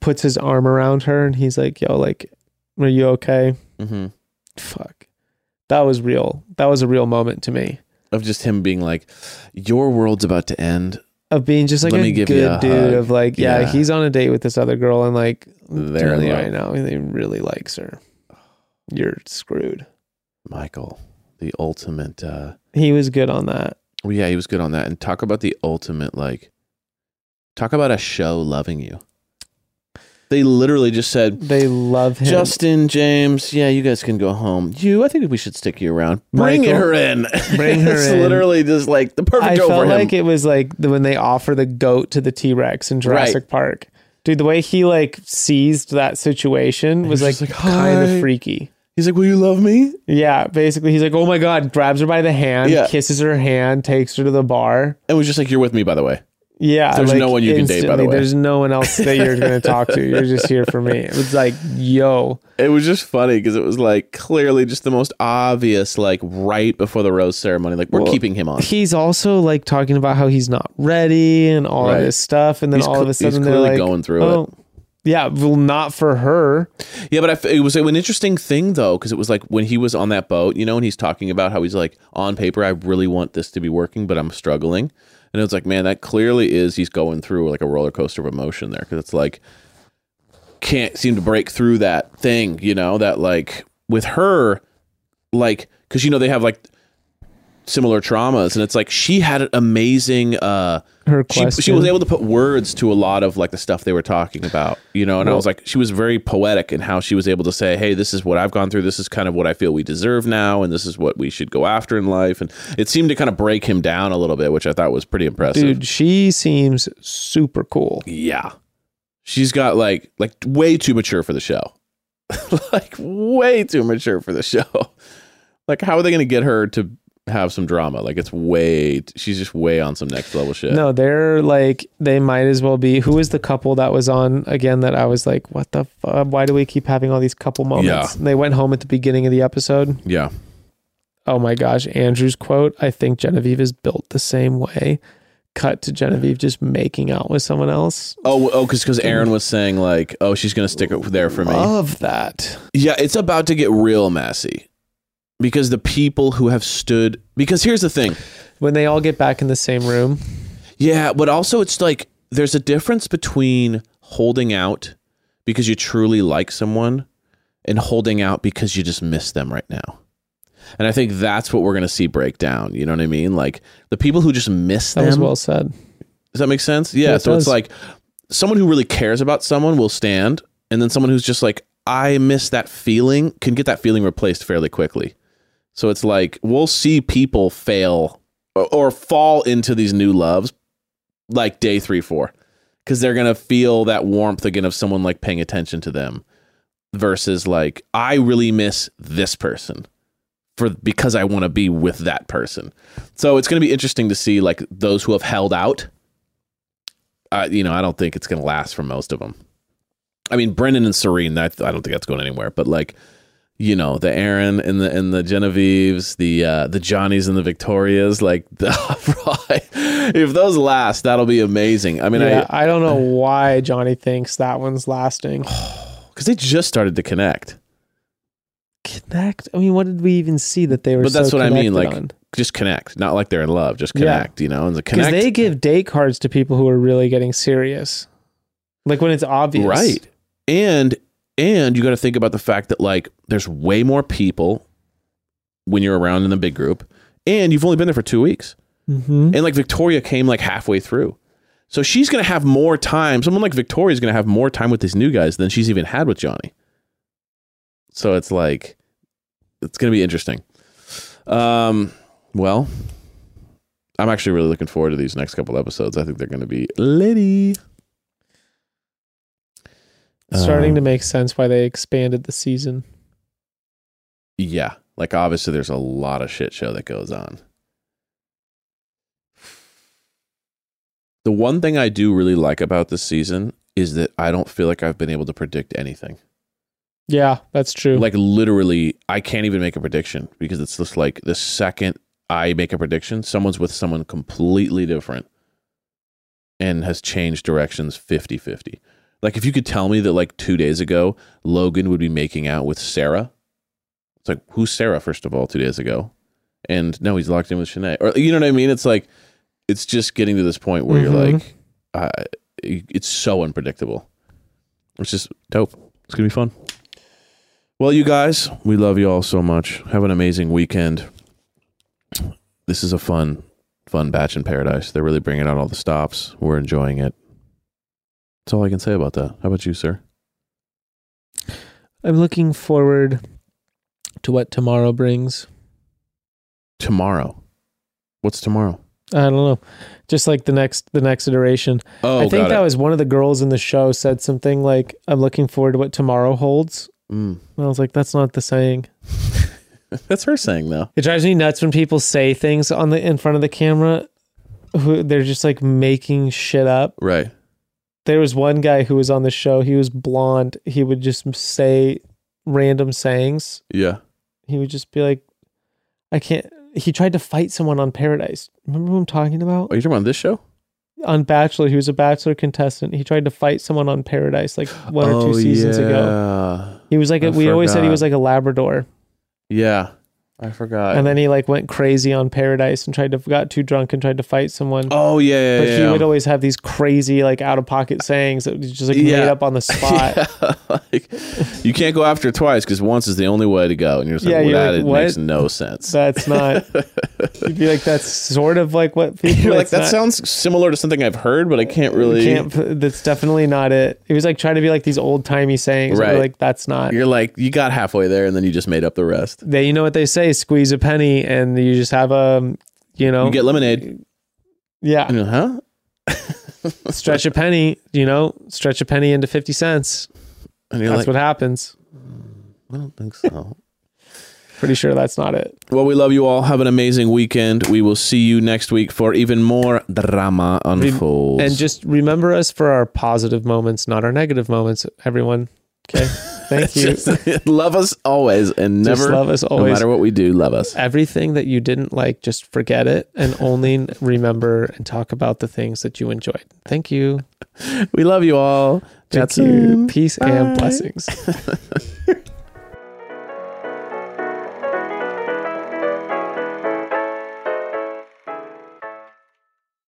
B: puts his arm around her and he's like, "Yo, like, are you okay?"
C: mm-hmm.
B: Fuck, that was real. That was a real moment to me
C: of just him being like, "Your world's about to end."
B: of being just like
C: Let
B: a
C: me give you
B: good
C: a
B: dude
C: hug.
B: of like, yeah,
C: Yeah.
B: he's on a date with this other girl and like
C: They're in
B: really
C: love.
B: right now, he really likes her. You're screwed.
C: Michael, the ultimate. Uh,
B: He was good on that.
C: well, yeah, he was good on that. And talk about the ultimate, like, talk about a show loving you. They literally just said,
B: They love him.
C: Justin, James, yeah, you guys can go home. You, I think we should stick you around. Bring
B: Michael,
C: her in.
B: bring her
C: it's
B: in.
C: literally just like the perfect
B: I
C: go for
B: felt
C: him.
B: like it was like the, when they offer the goat to the T Rex in Jurassic Park. Dude, the way he like seized that situation was like,
C: was just like,
B: kind
C: "Hi."
B: of freaky.
C: He's like, "Will you love me?"
B: Yeah, basically, he's like, "Oh my god!" grabs her by the hand,
C: Yeah.
B: kisses her hand, takes her to the bar.
C: And was just like, "You're with me, by the way."
B: Yeah,
C: There's no one you can date, by the
B: instantly,
C: way.
B: There's no one else that you're gonna talk to. You're just here for me. It was like, yo,
C: It was just funny because it was like clearly just the most obvious, like right before the rose ceremony, like we're
B: Well,
C: keeping him on.
B: he's also like talking about how he's not ready and all
C: Right.
B: of this stuff, and then
C: He's
B: all
C: cl-
B: of a
C: he's
B: sudden they're
C: clearly
B: like,
C: going through
B: oh, yeah, well, not for her.
C: Yeah, but I f it was an interesting thing though, because it was like when he was on that boat, you know, and he's talking about how he's like, on paper, I really want this to be working, but I'm struggling. And it's like, man, that clearly is he's going through like a roller coaster of emotion there, because it's like can't seem to break through that thing, you know, that like with her, like because you know they have like similar traumas, and it's like she had an amazing. uh
B: Her
C: she,
B: question.
C: she was able to put words to a lot of like the stuff they were talking about, you know. And I was like, she was very poetic in how she was able to say, "Hey, this is what I've gone through. This is kind of what I feel we deserve now, and this is what we should go after in life." And it seemed to kind of break him down a little bit, which I thought was pretty impressive.
B: Dude, she seems super cool.
C: Yeah, she's got like like way too mature for the show, like way too mature for the show. Like, how are they going to get her to have some drama? Like, it's way t- she's just way on some next level shit.
B: No, they're like they might as well be. Who is the couple that was on again? That I was like, what the? Fu- why do we keep having all these couple moments?
C: Yeah.
B: And they went home at the beginning of the episode.
C: Yeah.
B: Oh my gosh, Andrew's quote. I think Genevieve is built the same way. Cut to Genevieve just making out with someone else.
C: Oh, oh, because Aaron was saying like, oh, she's gonna stick it there for me.
B: Love that.
C: yeah, it's about to get real messy because the people who have stood. Because here's the thing.
B: When they all get back in the same room,
C: Yeah, but also it's like there's a difference between holding out because you truly like someone and holding out because you just miss them right now. And I think that's what we're gonna see break down. You know what I mean? Like the people who just miss
B: that
C: them.
B: was well said.
C: Does that make sense? Yeah.
B: Yeah, it
C: so it's
B: does.
C: like someone who really cares about someone will stand, and then someone who's just like, I miss that feeling can get that feeling replaced fairly quickly. So it's like we'll see people fail or, or fall into these new loves like day three, four, because they're going to feel that warmth again of someone like paying attention to them versus like, I really miss this person for because I want to be with that person. So it's going to be interesting to see like those who have held out I, you know, I don't think it's going to last for most of them. I mean, Brennan and Serene, that I don't think that's going anywhere. But like, you know, the Aaron and the and the Genevieves, the uh, the Johnnies and the Victorias, like, the, if those last, that'll be amazing. I mean,
B: yeah,
C: I
B: I don't know why Johnny thinks that one's lasting.
C: because they just started to connect.
B: Connect. I mean, what did we even see that they were?
C: But that's
B: so
C: what I mean,
B: connected
C: like-
B: on?
C: Just connect, not like they're in love. Just
B: Yeah.
C: connect, you know, and the
B: Because
C: connect.
B: they give date cards to people who are really getting serious. Like when it's obvious.
C: Right. And and you got to think about the fact that like there's way more people when you're around in the big group and you've only been there for 2 weeks.
B: Mm-hmm.
C: And like Victoria came like halfway through. So she's going to have more time. Someone like Victoria's going to have more time with these new guys than she's even had with Johnny. So it's like it's going to be interesting. Um well, I'm actually really looking forward to these next couple episodes. I think they're going to be litty.
B: Starting
C: Um,
B: to make sense why they expanded the season.
C: Yeah. Like obviously there's a lot of shit show that goes on. The one thing I do really like about this season is that I don't feel like I've been able to predict anything.
B: Yeah, that's true.
C: Like literally, I can't even make a prediction because it's just like the second I make a prediction, someone's with someone completely different and has changed directions 50-50. Like if you could tell me that like 2 days ago Logan would be making out with Sarah. It's like who's Sarah first of all 2 days ago? And no, he's locked in with Shanae. Or you know what I mean? It's like it's just getting to this point where you're
B: Mhm.
C: like uh, it's so unpredictable. It's just dope. It's going to be fun. Well, you guys, we love you all so much. Have an amazing weekend. This is a fun, fun batch in paradise. They're really bringing out all the stops. We're enjoying it. That's all I can say about that. How about you, sir?
B: I'm looking forward to what tomorrow brings.
C: Tomorrow. What's tomorrow?
B: I don't know. Just like the next the next iteration.
C: Oh,
B: I think
C: got
B: that
C: it.
B: was one of the girls in the show said something like, "I'm looking forward to what tomorrow holds."
C: Mm.
B: And I was like, "That's not the saying."
C: That's her saying though.
B: It drives me nuts when people say things on the in front of the camera. Who they're just like making shit up.
C: Right.
B: There was one guy who was on the show. He was blonde. He would just say random sayings.
C: Yeah.
B: He would just be like, "I can't." He tried to fight someone on Paradise. Remember who I'm talking about?
C: Are you talking about this show?
B: on Bachelor, he was a Bachelor contestant. He tried to fight someone on Paradise like one
C: Oh,
B: or two seasons ago.
C: ago.
B: He was like,
C: I
B: a, we always said he
C: forgot.
B: was like a Labrador,
C: Yeah. I forgot.
B: and then he like went crazy on Paradise and tried to got too drunk and tried to fight someone.
C: oh yeah. yeah,
B: but
C: yeah,
B: he
C: yeah.
B: would always have these crazy like out of pocket sayings that was just like made
C: Yeah.
B: up on the spot. yeah.
C: like, you can't go after it twice because once is the only way to go, and you're just like,
B: Yeah,
C: well,
B: you're
C: that
B: like,
C: it
B: what?
C: makes no sense.
B: That's not. you'd be like, that's sort of like what people.
C: you're like
B: it's
C: that
B: not-
C: sounds similar to something I've heard, but I can't really.
B: Can't, that's definitely not it. He was like trying to be like these old timey sayings. Right.
C: Right.
B: Like that's not.
C: You're like you got halfway there, and then you just made up the rest.
B: they you know what they say squeeze a penny and you just have a you know
C: You get lemonade,
B: yeah
C: and you're, huh?
B: stretch a penny you know stretch a penny into 50 cents
C: And you're
B: that's
C: like,
B: what happens
C: I don't think so.
B: pretty sure that's not it
C: well, we love you all. Have an amazing weekend. We will see you next week for even more drama unfolds.
B: and just remember us for our positive moments not our negative moments everyone okay thank you
C: Just love us always, and
B: Just
C: never
B: love us
C: No
B: always.
C: matter what we do, love us.
B: everything that you didn't like just forget it and only remember and talk about the things that you enjoyed thank you
C: We love you all.
B: thank
C: Chat
B: you
C: soon.
B: peace
C: Bye.
B: and blessings